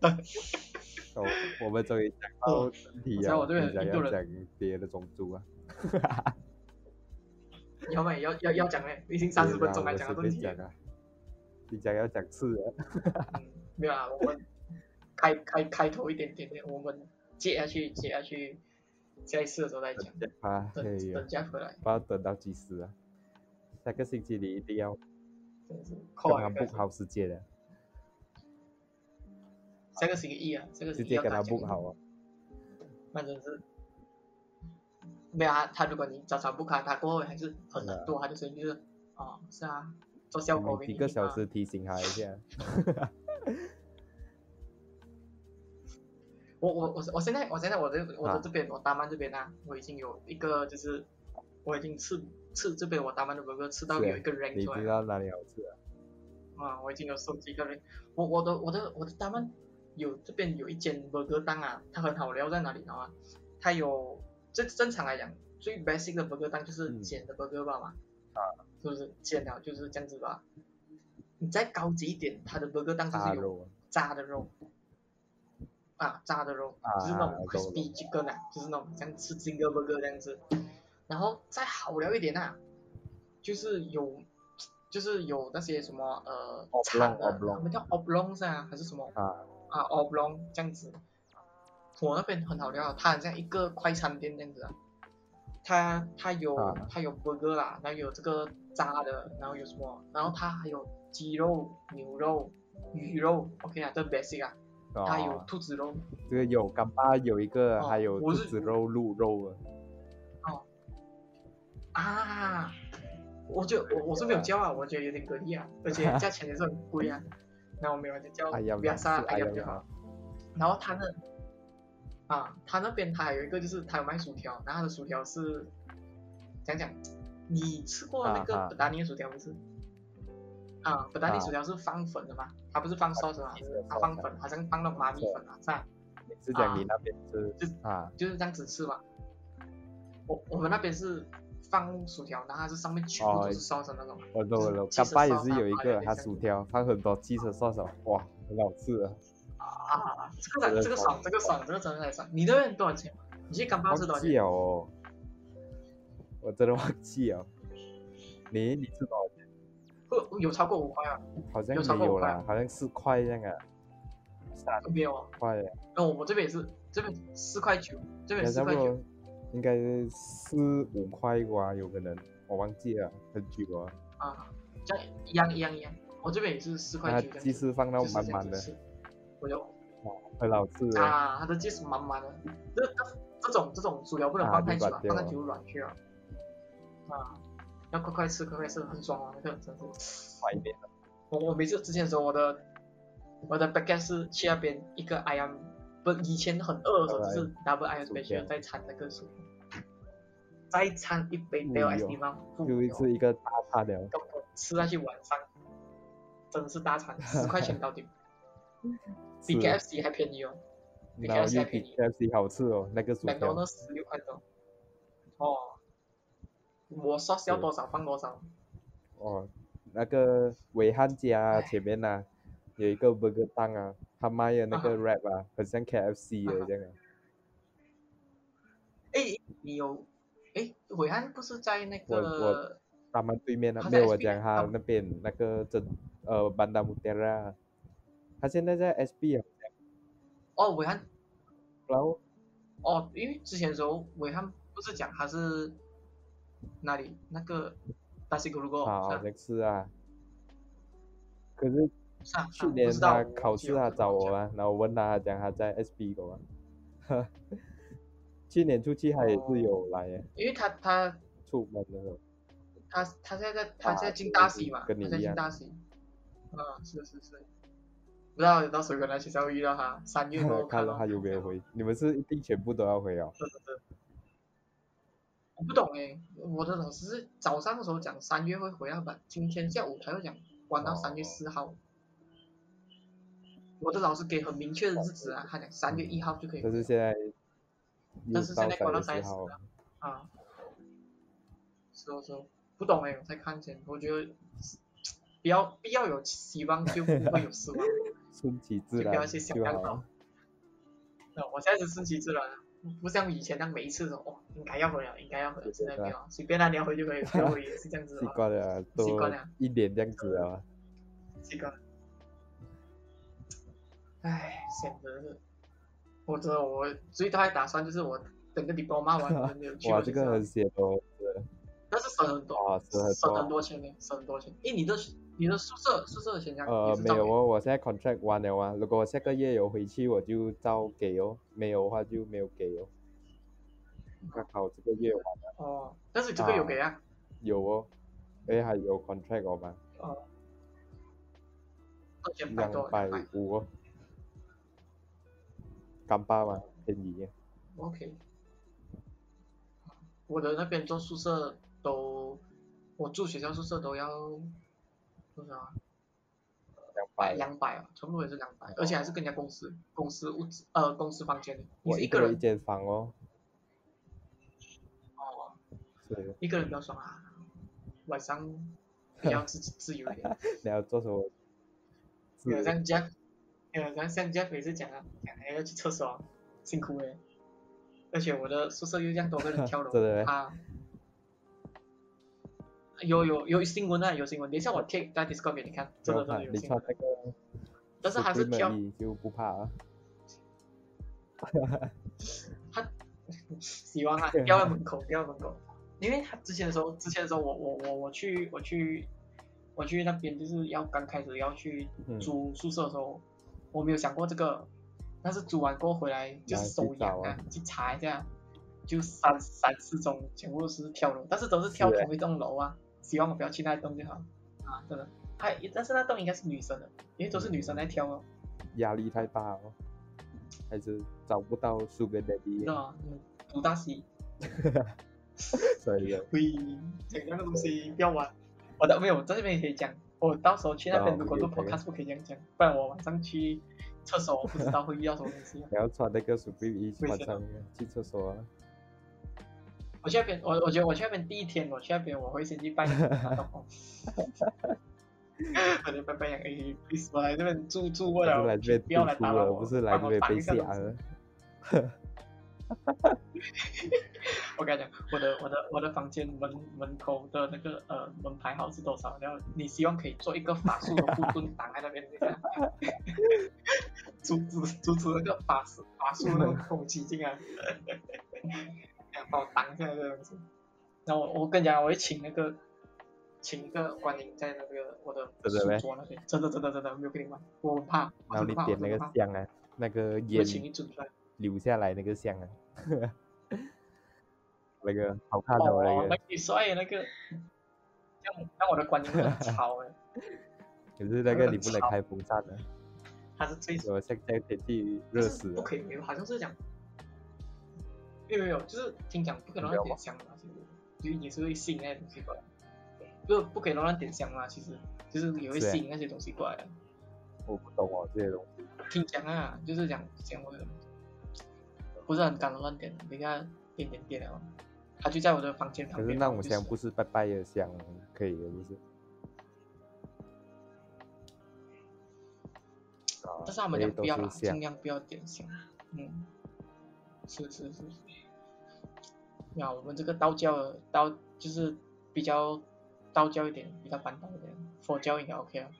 [SPEAKER 2] 哦我们终于讲到正题
[SPEAKER 1] 在
[SPEAKER 2] 啊，
[SPEAKER 1] 我这边
[SPEAKER 2] 你想
[SPEAKER 1] 印度
[SPEAKER 2] 要
[SPEAKER 1] 人
[SPEAKER 2] 讲别的种族啊？
[SPEAKER 1] 要不然要要要讲嘞，已经三十分钟
[SPEAKER 2] 对
[SPEAKER 1] 来
[SPEAKER 2] 啊
[SPEAKER 1] 讲
[SPEAKER 2] 我
[SPEAKER 1] 到
[SPEAKER 2] 随
[SPEAKER 1] 这题。
[SPEAKER 2] 便讲啊，你讲要讲刺啊，
[SPEAKER 1] 嗯，没有 啊，我们开开开头一点点点，我们接下去接下去下一次的时候再讲，
[SPEAKER 2] 等他，哎
[SPEAKER 1] 等
[SPEAKER 2] 呦
[SPEAKER 1] 等，家回来，
[SPEAKER 2] 不知道等到几时啊！下个星期你一定要
[SPEAKER 1] 真的是啊扣
[SPEAKER 2] 跟
[SPEAKER 1] 完
[SPEAKER 2] 他
[SPEAKER 1] 一个
[SPEAKER 2] book 好时间啊的，
[SPEAKER 1] 下个星期一啊，下个
[SPEAKER 2] 直
[SPEAKER 1] 星期一
[SPEAKER 2] 接
[SPEAKER 1] 要
[SPEAKER 2] 跟
[SPEAKER 1] 大
[SPEAKER 2] 他
[SPEAKER 1] 家
[SPEAKER 2] book 好啊！
[SPEAKER 1] 那真是没有啊，他如果你早早不开，他过后还是很
[SPEAKER 2] 啊
[SPEAKER 1] 懒惰，他就生就是哦，是啊，做效果给你
[SPEAKER 2] 每一个
[SPEAKER 1] 听啊
[SPEAKER 2] 小时提醒他一下，
[SPEAKER 1] 我我我我现在我现在我的我的
[SPEAKER 2] 啊
[SPEAKER 1] 这边、我大曼这边啊，我已经有一个就是我已经吃吃这边我大曼的 burger 吃到
[SPEAKER 2] 是啊
[SPEAKER 1] 有一个 rank
[SPEAKER 2] 你
[SPEAKER 1] 出来
[SPEAKER 2] 知
[SPEAKER 1] 了
[SPEAKER 2] 道哪里好吃啊？
[SPEAKER 1] 啊、我已经有收集一个 rank，我我的我的我的大曼有这边有一间 burger 档啊，它很好聊在哪里呢啊？它有正正常来讲最 basic 的 burger 档就是
[SPEAKER 2] 嗯
[SPEAKER 1] 简的 burger 吧嘛，啊、是不是简了就是这样子吧？你再高级一点，它的 burger 档就
[SPEAKER 2] 大
[SPEAKER 1] 是有
[SPEAKER 2] 肉啊，
[SPEAKER 1] 炸的肉，啊，炸的肉，
[SPEAKER 2] 啊
[SPEAKER 1] 就是那种
[SPEAKER 2] 我懂我
[SPEAKER 1] crispy chicken 啊，就是那种像吃 j i n g e burger 这样子。然后再好聊一点啊，就是有，就是有那些什么呃
[SPEAKER 2] Oblong，
[SPEAKER 1] 长的，
[SPEAKER 2] oblong
[SPEAKER 1] 我们叫 oblong 是啊，还是什么
[SPEAKER 2] 啊
[SPEAKER 1] 啊 oblong 这样子。我那边很好聊啊，它很像一个快餐店这样子啊。它它有、
[SPEAKER 2] 啊
[SPEAKER 1] 它有 burger 啦，然后有这个炸的，然后有什么，然后它还有鸡肉、牛肉、鱼肉，OK 啊，这 basic 啊，它有
[SPEAKER 2] 哦，
[SPEAKER 1] 兔子肉，
[SPEAKER 2] 这个有干巴，有一个
[SPEAKER 1] 哦
[SPEAKER 2] 还有兔
[SPEAKER 1] 我是
[SPEAKER 2] 子肉、鹿肉啊，
[SPEAKER 1] 啊，我就我我是没有叫啊，我觉得有点隔离啊，而且价钱也是很贵 啊。那我没有就叫
[SPEAKER 2] 哎呀，
[SPEAKER 1] 比亚萨
[SPEAKER 2] 是
[SPEAKER 1] 哎
[SPEAKER 2] 哎
[SPEAKER 1] 呀
[SPEAKER 2] 呀
[SPEAKER 1] 比较好。然后他那啊，他那边他还有一个就是他有卖薯条，然后他的薯条是讲讲，你吃过那
[SPEAKER 2] 啊
[SPEAKER 1] 个
[SPEAKER 2] 啊
[SPEAKER 1] 本达尼的薯条不是？啊，本达尼薯条是放粉的嘛，它不是放 sauce 的嘛，啊它放粉，好像放了麻米粉啊，是吧？
[SPEAKER 2] 你是讲你
[SPEAKER 1] 啊
[SPEAKER 2] 那边是
[SPEAKER 1] 就是
[SPEAKER 2] 啊
[SPEAKER 1] 就是这样子吃嘛。我我们那边是放薯条，然后它是上面全部都是 sauce 的那种嘛。
[SPEAKER 2] 我懂我懂，
[SPEAKER 1] 就是 cheese
[SPEAKER 2] 干巴也
[SPEAKER 1] sauce
[SPEAKER 2] 是
[SPEAKER 1] 啊
[SPEAKER 2] 有一
[SPEAKER 1] 麻
[SPEAKER 2] 个，
[SPEAKER 1] 辣
[SPEAKER 2] 它
[SPEAKER 1] 香
[SPEAKER 2] 薯条放很多鸡翅sauce 啊哇，很好吃啊！
[SPEAKER 1] 啊，这个这个爽，这个爽，这个真的太爽。你那边多少钱？你去干巴是多
[SPEAKER 2] 忘
[SPEAKER 1] 少
[SPEAKER 2] 记
[SPEAKER 1] 钱？
[SPEAKER 2] 了哦，我真的忘记了。你你吃多少钱？
[SPEAKER 1] 会有超过五块啊？
[SPEAKER 2] 好像
[SPEAKER 1] 有超
[SPEAKER 2] 没
[SPEAKER 1] 过
[SPEAKER 2] 有
[SPEAKER 1] 五块
[SPEAKER 2] 啦，好像四块这样啊，三
[SPEAKER 1] 没有啊。
[SPEAKER 2] 块啊，
[SPEAKER 1] 那我们这边也是，这边四块九，这边
[SPEAKER 2] 应
[SPEAKER 1] 四
[SPEAKER 2] 该差不
[SPEAKER 1] 块九
[SPEAKER 2] 多，应该是四五块瓜，有可能我忘记了，很久了。
[SPEAKER 1] 啊，这样一样一样一样。我这边也是四
[SPEAKER 2] 那
[SPEAKER 1] 块九这
[SPEAKER 2] 鸡
[SPEAKER 1] 样子，
[SPEAKER 2] 翅放到
[SPEAKER 1] 就是
[SPEAKER 2] 满
[SPEAKER 1] 这样
[SPEAKER 2] 满的
[SPEAKER 1] 子，吃。我就
[SPEAKER 2] 很好吃啊！
[SPEAKER 1] 啊，它的鸡是满满的，这这这种这种薯条不能
[SPEAKER 2] 啊
[SPEAKER 1] 放太
[SPEAKER 2] 就
[SPEAKER 1] 久
[SPEAKER 2] 软
[SPEAKER 1] 啊，
[SPEAKER 2] 掉
[SPEAKER 1] 放太
[SPEAKER 2] 了
[SPEAKER 1] 久软去啊。啊，要快快吃，快快吃，很爽啊，那个真是。
[SPEAKER 2] 买一点
[SPEAKER 1] 我我每次之前的时候，我的我的 backend 是去那边一个 I am，不以前很饿的时候，就是 double I am
[SPEAKER 2] 哎薯
[SPEAKER 1] special
[SPEAKER 2] 条
[SPEAKER 1] 再掺那个薯条，再掺一杯 Del
[SPEAKER 2] 哎
[SPEAKER 1] S
[SPEAKER 2] 呦
[SPEAKER 1] 地方，
[SPEAKER 2] 就是吃一个大餐了，
[SPEAKER 1] 根本吃下去晚上，真的是大 餐，十块钱到底，比
[SPEAKER 2] 是
[SPEAKER 1] KFC 还便宜哦。比
[SPEAKER 2] 然后
[SPEAKER 1] KFC
[SPEAKER 2] 又
[SPEAKER 1] 还便
[SPEAKER 2] 比
[SPEAKER 1] 宜
[SPEAKER 2] KFC 好吃哦，那个薯
[SPEAKER 1] 两刀
[SPEAKER 2] 条
[SPEAKER 1] 呢十六块多。哦，我 sauce 要多少放多少。
[SPEAKER 2] 哦，那个伟汉家啊
[SPEAKER 1] 唉
[SPEAKER 2] 前面呐、有一个 burger 档啊，他卖的那个 wrap 啊，很像 KFC
[SPEAKER 1] 啊
[SPEAKER 2] 的
[SPEAKER 1] 哈
[SPEAKER 2] 这样啊。
[SPEAKER 1] 哎，你有？哎，伟汉不是在那
[SPEAKER 2] 我
[SPEAKER 1] 个？
[SPEAKER 2] 他们对面那
[SPEAKER 1] 他
[SPEAKER 2] 没
[SPEAKER 1] 在
[SPEAKER 2] 有我
[SPEAKER 1] SB
[SPEAKER 2] 讲
[SPEAKER 1] 啊
[SPEAKER 2] 他那边那个真呃班达穆德拉，他现在在 SB 啊，
[SPEAKER 1] 哦，伟汉
[SPEAKER 2] 然后
[SPEAKER 1] 哦，因为之前的时候伟汉不是讲他是哪里那个大西格鲁哥
[SPEAKER 2] 啊
[SPEAKER 1] 是
[SPEAKER 2] 好
[SPEAKER 1] 啊
[SPEAKER 2] 像是啊，可是
[SPEAKER 1] 是啊，
[SPEAKER 2] 去
[SPEAKER 1] 啊
[SPEAKER 2] 年
[SPEAKER 1] 不知道
[SPEAKER 2] 他
[SPEAKER 1] 我忘
[SPEAKER 2] 考
[SPEAKER 1] 记
[SPEAKER 2] 试
[SPEAKER 1] 了
[SPEAKER 2] 他
[SPEAKER 1] 不知道
[SPEAKER 2] 找我
[SPEAKER 1] 忘记了
[SPEAKER 2] 啊，然后我问他，他讲他在 SB 搞啊， 去年出去他也
[SPEAKER 1] 哦
[SPEAKER 2] 是有来耶
[SPEAKER 1] 因为他他
[SPEAKER 2] 出门的时候。
[SPEAKER 1] 他他现在在他
[SPEAKER 2] 啊
[SPEAKER 1] 现在进
[SPEAKER 2] 对
[SPEAKER 1] 大
[SPEAKER 2] 对
[SPEAKER 1] 西嘛，
[SPEAKER 2] 跟你
[SPEAKER 1] 他在
[SPEAKER 2] 一
[SPEAKER 1] 进
[SPEAKER 2] 样
[SPEAKER 1] 大西。啊，是是是，不知道到时候原来学校会遇到他，三月过后
[SPEAKER 2] 看
[SPEAKER 1] 到
[SPEAKER 2] 他有没有回。你们是一定全部都要回哦？
[SPEAKER 1] 是是是。我不懂哎、我的老师是早上的时候讲三月会回来吧，今天下午他又讲关到三月四号。我的老师给很明确的日子
[SPEAKER 2] 哦
[SPEAKER 1] 啊，他讲三月一号就可以
[SPEAKER 2] 但是现在又
[SPEAKER 1] 但是现在关
[SPEAKER 2] 嗯到
[SPEAKER 1] 到三
[SPEAKER 2] 三月
[SPEAKER 1] 月
[SPEAKER 2] 四
[SPEAKER 1] 四
[SPEAKER 2] 号
[SPEAKER 1] 号，啊。是哦是哦，不懂哎、我在看前，我觉得比较必要有希望就不会有失望。
[SPEAKER 2] 顺其自
[SPEAKER 1] 就不要
[SPEAKER 2] 然
[SPEAKER 1] 去想
[SPEAKER 2] 就
[SPEAKER 1] 象
[SPEAKER 2] 好
[SPEAKER 1] 到。。那我现在是顺其自然了，不像以前那每一次说哦，应该要回来，应该要回来，现在没有，随便啦，你要回就可以，不要回也是这样子
[SPEAKER 2] 习
[SPEAKER 1] 的哦，
[SPEAKER 2] 惯了，
[SPEAKER 1] 习
[SPEAKER 2] 都
[SPEAKER 1] 惯了
[SPEAKER 2] 一年这样子啊了。
[SPEAKER 1] 习惯了。唉，简直是，我真的我最大的打算就是我整个 diploma 完我们 没有去
[SPEAKER 2] 哇，
[SPEAKER 1] 了
[SPEAKER 2] 这
[SPEAKER 1] 就
[SPEAKER 2] 个
[SPEAKER 1] 样
[SPEAKER 2] 很血哦，
[SPEAKER 1] 但是省很多，
[SPEAKER 2] 哇，是很
[SPEAKER 1] 省很
[SPEAKER 2] 多。
[SPEAKER 1] 多钱呢，省很多钱。诶，你的你的宿舍宿舍的钱这样
[SPEAKER 2] 呃
[SPEAKER 1] 也，是
[SPEAKER 2] 没
[SPEAKER 1] 照
[SPEAKER 2] 有
[SPEAKER 1] 给
[SPEAKER 2] 哦，我现在 contract 完了啊，如果我下个月有回去，我就照给哦；没有的话就没有给哦。刚好这个月完
[SPEAKER 1] 哦，但是这个有给啊，
[SPEAKER 2] 有哦，哎还有 contract 我嘛，
[SPEAKER 1] 二千百
[SPEAKER 2] 两
[SPEAKER 1] 多，
[SPEAKER 2] 百
[SPEAKER 1] 200
[SPEAKER 2] 五哦，干巴嘛，便宜耶。
[SPEAKER 1] OK，我的那边住宿舍都，我住学校宿舍都要多少啊？
[SPEAKER 2] 两
[SPEAKER 1] 百
[SPEAKER 2] 百，
[SPEAKER 1] 两百啊，全部也是两百，而且还是跟人家公司公司屋子呃公司房间的，你
[SPEAKER 2] 我
[SPEAKER 1] 是一
[SPEAKER 2] 一
[SPEAKER 1] 个
[SPEAKER 2] 人一
[SPEAKER 1] 人
[SPEAKER 2] 间房哦，
[SPEAKER 1] 哦，
[SPEAKER 2] 所以
[SPEAKER 1] 一个人比较爽啊，晚上比较自自由一点。
[SPEAKER 2] 你要做什么？
[SPEAKER 1] 没有
[SPEAKER 2] 是
[SPEAKER 1] 像 Jeff，没有像像 Jeff 每次讲啊，讲还要去厕所，辛苦哎、而且我的宿舍又这样多个人跳楼
[SPEAKER 2] 真的咩，
[SPEAKER 1] 啊，有有有新闻啊，有新闻，等一下我贴在 Discord 给你看，真的
[SPEAKER 2] 不
[SPEAKER 1] 真的
[SPEAKER 2] 要怕
[SPEAKER 1] 有
[SPEAKER 2] 你
[SPEAKER 1] 新
[SPEAKER 2] 穿
[SPEAKER 1] 闻，
[SPEAKER 2] 那个
[SPEAKER 1] 但是还是
[SPEAKER 2] Supreme
[SPEAKER 1] 跳
[SPEAKER 2] 而已就不怕啊。
[SPEAKER 1] 希望啊，掉在门口，掉在门口。因为他之前的时候，之前的时候我，我我我去我去我去那边就是要刚开始要去
[SPEAKER 2] 嗯
[SPEAKER 1] 租宿舍的时候，我没有想过这个，但是租完过后回来就是手痒
[SPEAKER 2] 哪里
[SPEAKER 1] 啊，去查一下，就三三四种全部都是跳楼，但是都是跳
[SPEAKER 2] 是欸
[SPEAKER 1] 同一栋楼啊，希望我不要去那一栋就好啊，真的。还但是那栋应该是女生的，因为都是女生在跳哦，
[SPEAKER 2] 压力太大哦，还是找不到 Sugar
[SPEAKER 1] 你
[SPEAKER 2] Daddy，
[SPEAKER 1] 知道吗？嗯，读大西。
[SPEAKER 2] 所以
[SPEAKER 1] 会讲那个东西不要玩。我的没有，我在这边也可以讲。我到时候去那边，
[SPEAKER 2] 哦
[SPEAKER 1] 如果做
[SPEAKER 2] 可以可以
[SPEAKER 1] podcast 不可以这样讲，不然我晚上去厕所，我不知道会遇到什么东西。
[SPEAKER 2] 你要穿那个 Supreme 衣
[SPEAKER 1] 为
[SPEAKER 2] 晚
[SPEAKER 1] 什么
[SPEAKER 2] 上去厕所啊。
[SPEAKER 1] 我去那边，我我觉得我去那边第一天，我去那边我会先去拜年，然后我就拜拜讲，哎，please，我来这边住住过
[SPEAKER 2] 不
[SPEAKER 1] 了，
[SPEAKER 2] 是来这边
[SPEAKER 1] 啊不要来
[SPEAKER 2] 读
[SPEAKER 1] 打
[SPEAKER 2] 书
[SPEAKER 1] 扰
[SPEAKER 2] 了，
[SPEAKER 1] 我，
[SPEAKER 2] 不是来
[SPEAKER 1] 帮
[SPEAKER 2] 这
[SPEAKER 1] 我
[SPEAKER 2] 边
[SPEAKER 1] 挡
[SPEAKER 2] 被
[SPEAKER 1] 一下
[SPEAKER 2] 吓
[SPEAKER 1] 东西
[SPEAKER 2] 的。
[SPEAKER 1] 我跟你讲，我的我的我的房间门门口的那个呃门牌号是多少？然后你希望可以做一个法术的护盾挡在那边，这样阻 止阻止那个法术法术那个空气进来，这样把我挡下来这样子。然后我我跟你讲，我会请那个请一个观音在那个我的
[SPEAKER 2] 真的咩
[SPEAKER 1] 书桌那边，真的真的真的没有跟你玩，我很怕，我
[SPEAKER 2] 然后
[SPEAKER 1] 很
[SPEAKER 2] 你
[SPEAKER 1] 怕，我
[SPEAKER 2] 点那
[SPEAKER 1] 真的
[SPEAKER 2] 个
[SPEAKER 1] 怕，
[SPEAKER 2] 香啊，那个
[SPEAKER 1] 我
[SPEAKER 2] 烟
[SPEAKER 1] 请你准出来。
[SPEAKER 2] 流下来那个香啊，那个好看的、
[SPEAKER 1] 哦，
[SPEAKER 2] 那
[SPEAKER 1] 那
[SPEAKER 2] 个，
[SPEAKER 1] 个你帅那个，让让我的观音很 吵哎、
[SPEAKER 2] 可是那
[SPEAKER 1] 那个
[SPEAKER 2] 个
[SPEAKER 1] 很
[SPEAKER 2] 你不能
[SPEAKER 1] 吵
[SPEAKER 2] 开风扇 的、啊，
[SPEAKER 1] 他是最
[SPEAKER 2] 我现在天气热死
[SPEAKER 1] 不
[SPEAKER 2] 了。
[SPEAKER 1] 可以没有，好像是讲，没有没有，就是听讲不可以乱点香嘛，啊其实就是也是会吸引那些东西过来，不不可以乱点香啊嘛，其实就是也会
[SPEAKER 2] 是啊
[SPEAKER 1] 吸引那些东西过来的。
[SPEAKER 2] 我不懂哦这些东西。
[SPEAKER 1] 听讲啊，就是讲讲我的，不是很敢乱点，人家点点点了，他就在我的房间
[SPEAKER 2] 可
[SPEAKER 1] 旁
[SPEAKER 2] 是
[SPEAKER 1] 边，啊
[SPEAKER 2] 那种
[SPEAKER 1] 我就
[SPEAKER 2] 香
[SPEAKER 1] 是
[SPEAKER 2] 不是拜拜的香，可以的不是。啊
[SPEAKER 1] 但是他们
[SPEAKER 2] 所以
[SPEAKER 1] 讲不
[SPEAKER 2] 都
[SPEAKER 1] 要
[SPEAKER 2] 是
[SPEAKER 1] 啦，
[SPEAKER 2] 香
[SPEAKER 1] 尽量不要点香。嗯，是是是是。那我们这个道教的道就是比较道教一点，比较反道一点，佛教应该 OK 啊。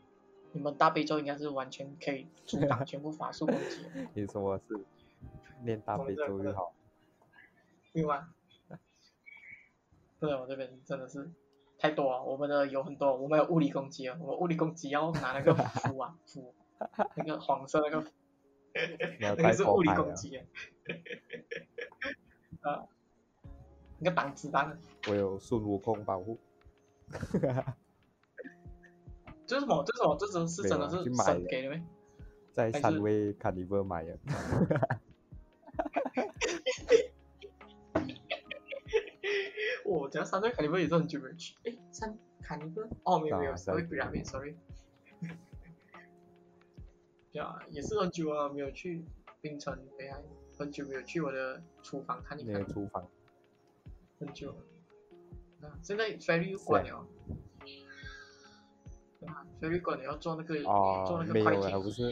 [SPEAKER 1] 你们大悲咒应该是完全可以阻 挡全部法术攻击的，
[SPEAKER 2] 你说我是念大
[SPEAKER 1] 懂
[SPEAKER 2] 悲
[SPEAKER 1] 的
[SPEAKER 2] 咒
[SPEAKER 1] 懂
[SPEAKER 2] 就
[SPEAKER 1] 的
[SPEAKER 2] 好，
[SPEAKER 1] 对吗？对，啊我这边真的是太多了，我们的有很多，我们有物理攻击啊，我们物理攻击要拿那个符啊符，那个黄色那个
[SPEAKER 2] 你要
[SPEAKER 1] 那个
[SPEAKER 2] 带
[SPEAKER 1] 是
[SPEAKER 2] 佛
[SPEAKER 1] 物理
[SPEAKER 2] 牌
[SPEAKER 1] 攻
[SPEAKER 2] 啊。
[SPEAKER 1] 击啊， 啊，那个挡子弹，啊
[SPEAKER 2] 我有孙悟空保护，
[SPEAKER 1] 这是什么？这是什么？这种是真的
[SPEAKER 2] 没有啊去
[SPEAKER 1] 是
[SPEAKER 2] 买
[SPEAKER 1] 神
[SPEAKER 2] 的
[SPEAKER 1] 给的 吗？
[SPEAKER 2] 在
[SPEAKER 1] 还是
[SPEAKER 2] 三位 c a r n i v a 买啊的，
[SPEAKER 1] 我等下三对卡尼波也是很久没有去，诶，三卡尼波？哦，没有没有
[SPEAKER 2] 啊
[SPEAKER 1] ，sorry，
[SPEAKER 2] 三
[SPEAKER 1] 不然没 sorry。对啊，也是很久啊，没有去冰城北海，很久没有去我的厨房看一
[SPEAKER 2] 那
[SPEAKER 1] 看
[SPEAKER 2] 个，厨房
[SPEAKER 1] 很久了。啊，现在 ferry 又关了。对啊，ferry 关了要做那个、做
[SPEAKER 2] 哦
[SPEAKER 1] 那，个
[SPEAKER 2] 没
[SPEAKER 1] 快
[SPEAKER 2] 有
[SPEAKER 1] 艇
[SPEAKER 2] 啊，，不是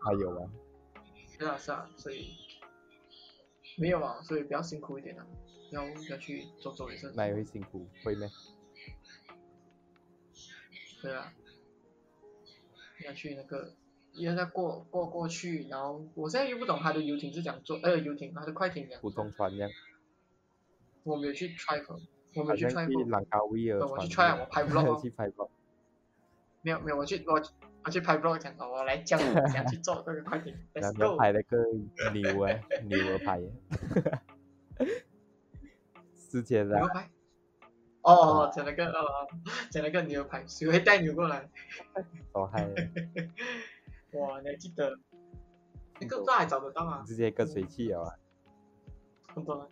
[SPEAKER 2] 还有啊，
[SPEAKER 1] 是啊是啊，所以没有啊，所以比较辛苦一点啊，要要去走走也是。
[SPEAKER 2] 那也会辛苦，会咩？
[SPEAKER 1] 对啊，要去那个要再过过过去，然后我现在又不懂他的游艇是怎样做，呃，游艇他的快艇怎样
[SPEAKER 2] 普
[SPEAKER 1] 做，
[SPEAKER 2] 通船一样，
[SPEAKER 1] 我没有去 try 过，我没
[SPEAKER 2] 好
[SPEAKER 1] 有去
[SPEAKER 2] 像
[SPEAKER 1] try
[SPEAKER 2] 去
[SPEAKER 1] 过，
[SPEAKER 2] 兰卡威尔
[SPEAKER 1] 呃
[SPEAKER 2] 船
[SPEAKER 1] 我去
[SPEAKER 2] 一
[SPEAKER 1] try 啊
[SPEAKER 2] 样
[SPEAKER 1] 我拍 vlog 哦
[SPEAKER 2] 去拍 vlog，
[SPEAKER 1] 没有没有，我去我我去拍 vlog 讲，哦我来教你怎样去做这个快 艇
[SPEAKER 2] 然
[SPEAKER 1] ，Let's
[SPEAKER 2] 后
[SPEAKER 1] go。
[SPEAKER 2] 拍那个牛啊，牛儿拍啊， 之前
[SPEAKER 1] 牛
[SPEAKER 2] 啊，
[SPEAKER 1] 排。哦
[SPEAKER 2] 嗯
[SPEAKER 1] 哦，讲那个呃，讲那个牛排，谁会带牛过来？
[SPEAKER 2] 我 还
[SPEAKER 1] 哇，你还记得？那个都还找得到啊，
[SPEAKER 2] 直接跟谁去啊？
[SPEAKER 1] 很多。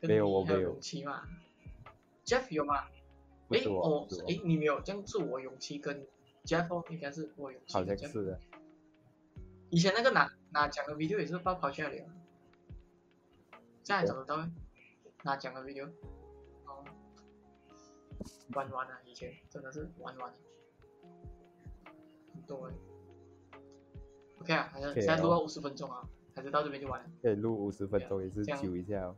[SPEAKER 1] 跟
[SPEAKER 2] 没有
[SPEAKER 1] 你
[SPEAKER 2] 我
[SPEAKER 1] 还有
[SPEAKER 2] 没有
[SPEAKER 1] 勇气嘛？Jeff 有吗？
[SPEAKER 2] 不
[SPEAKER 1] 诶，
[SPEAKER 2] 是我，
[SPEAKER 1] 哦
[SPEAKER 2] 不是，我，
[SPEAKER 1] 诶，你没有，这样是我勇气跟 Jeff 哦应该是我勇气。
[SPEAKER 2] 好像。是啊的，
[SPEAKER 1] 以前那个拿拿奖的 video 也是爆跑去那里啊，这样还找得到吗？拿奖的 video，哦，玩玩啊，以前真的是玩玩，很多欸。OK 啊，还是
[SPEAKER 2] OK
[SPEAKER 1] 现在录
[SPEAKER 2] 啊
[SPEAKER 1] 到五十分钟啊，还是到这边就完了，
[SPEAKER 2] 可以录五十分
[SPEAKER 1] 对啊
[SPEAKER 2] 钟也是
[SPEAKER 1] 这样
[SPEAKER 2] 久一下哦，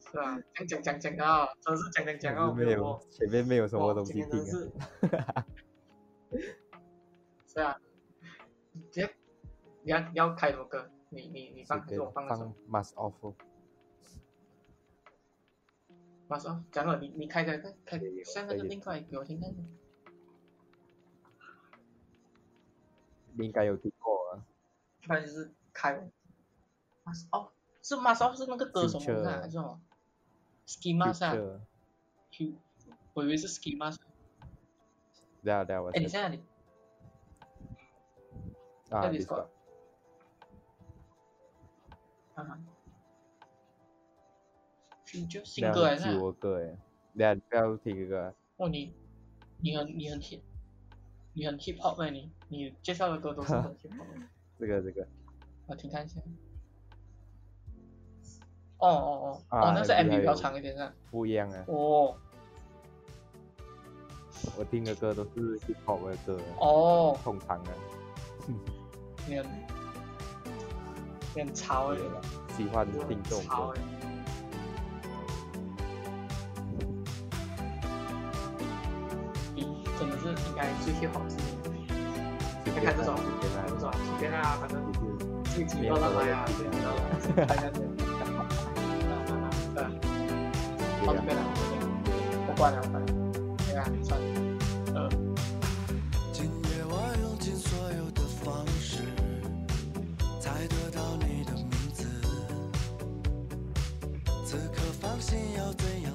[SPEAKER 1] 是啊，讲讲讲讲啊，真的是讲讲讲啊，
[SPEAKER 2] 没有
[SPEAKER 1] 我
[SPEAKER 2] 前面没有什么
[SPEAKER 1] 哇
[SPEAKER 2] 东西
[SPEAKER 1] 今天
[SPEAKER 2] 听
[SPEAKER 1] 真的
[SPEAKER 2] 啊，
[SPEAKER 1] 是， 是啊，直接你要你要开什么歌？你你你放还
[SPEAKER 2] 随便
[SPEAKER 1] 是我放那首
[SPEAKER 2] 放 must off，哦
[SPEAKER 1] 马上讲了，你你开开开开
[SPEAKER 2] 也有，
[SPEAKER 1] 像那
[SPEAKER 2] 可
[SPEAKER 1] 个
[SPEAKER 2] 以
[SPEAKER 1] 另外给我听看。
[SPEAKER 2] 你应该有听过啊，
[SPEAKER 1] 不然就是开，马斯哦，是马斯奥是那个歌手吗？
[SPEAKER 2] Future
[SPEAKER 1] 还是什么？Skimas 啊，
[SPEAKER 2] Future
[SPEAKER 1] 我以为是 Skimas。
[SPEAKER 2] 等下等下我
[SPEAKER 1] 哎，你
[SPEAKER 2] 先
[SPEAKER 1] 在哪里？
[SPEAKER 2] 啊
[SPEAKER 1] 在
[SPEAKER 2] d i
[SPEAKER 1] Discord
[SPEAKER 2] s
[SPEAKER 1] 啊，Future 新
[SPEAKER 2] 那
[SPEAKER 1] 歌还
[SPEAKER 2] 很
[SPEAKER 1] 是啥
[SPEAKER 2] 久？的歌诶，等下你不要听歌啊，
[SPEAKER 1] 哦，你你很你很 hip，你很 hip hop 哎，你你介绍的歌都是很 hip hop 的。
[SPEAKER 2] 这个这个
[SPEAKER 1] 我听看一下。哦哦哦，
[SPEAKER 2] 啊
[SPEAKER 1] 哦，那是
[SPEAKER 2] 还有
[SPEAKER 1] MV 比较
[SPEAKER 2] 还有
[SPEAKER 1] 长一点的。
[SPEAKER 2] 不一样啊，
[SPEAKER 1] 哦。
[SPEAKER 2] 我听的歌都是 hip hop 的歌啊，
[SPEAKER 1] 哦，
[SPEAKER 2] 通常啊，
[SPEAKER 1] 你很你很潮哎、
[SPEAKER 2] 对了喜欢
[SPEAKER 1] 你
[SPEAKER 2] 听
[SPEAKER 1] 很
[SPEAKER 2] 这种
[SPEAKER 1] 潮
[SPEAKER 2] 歌
[SPEAKER 1] 哎、。你真的是应该最贴好自己，
[SPEAKER 2] 随
[SPEAKER 1] 你
[SPEAKER 2] 便
[SPEAKER 1] 看这种
[SPEAKER 2] 啊随便
[SPEAKER 1] 还不
[SPEAKER 2] 啊
[SPEAKER 1] 爽，随便啊，反正
[SPEAKER 2] 就是
[SPEAKER 1] 自己都让来啊，自己都让来，大家都。对啊好
[SPEAKER 2] à?
[SPEAKER 1] 这边了，我关了，我关了，对啊，算了，呃，
[SPEAKER 3] 今夜我用尽所有的方式，才得到你的名字。此刻放心要怎样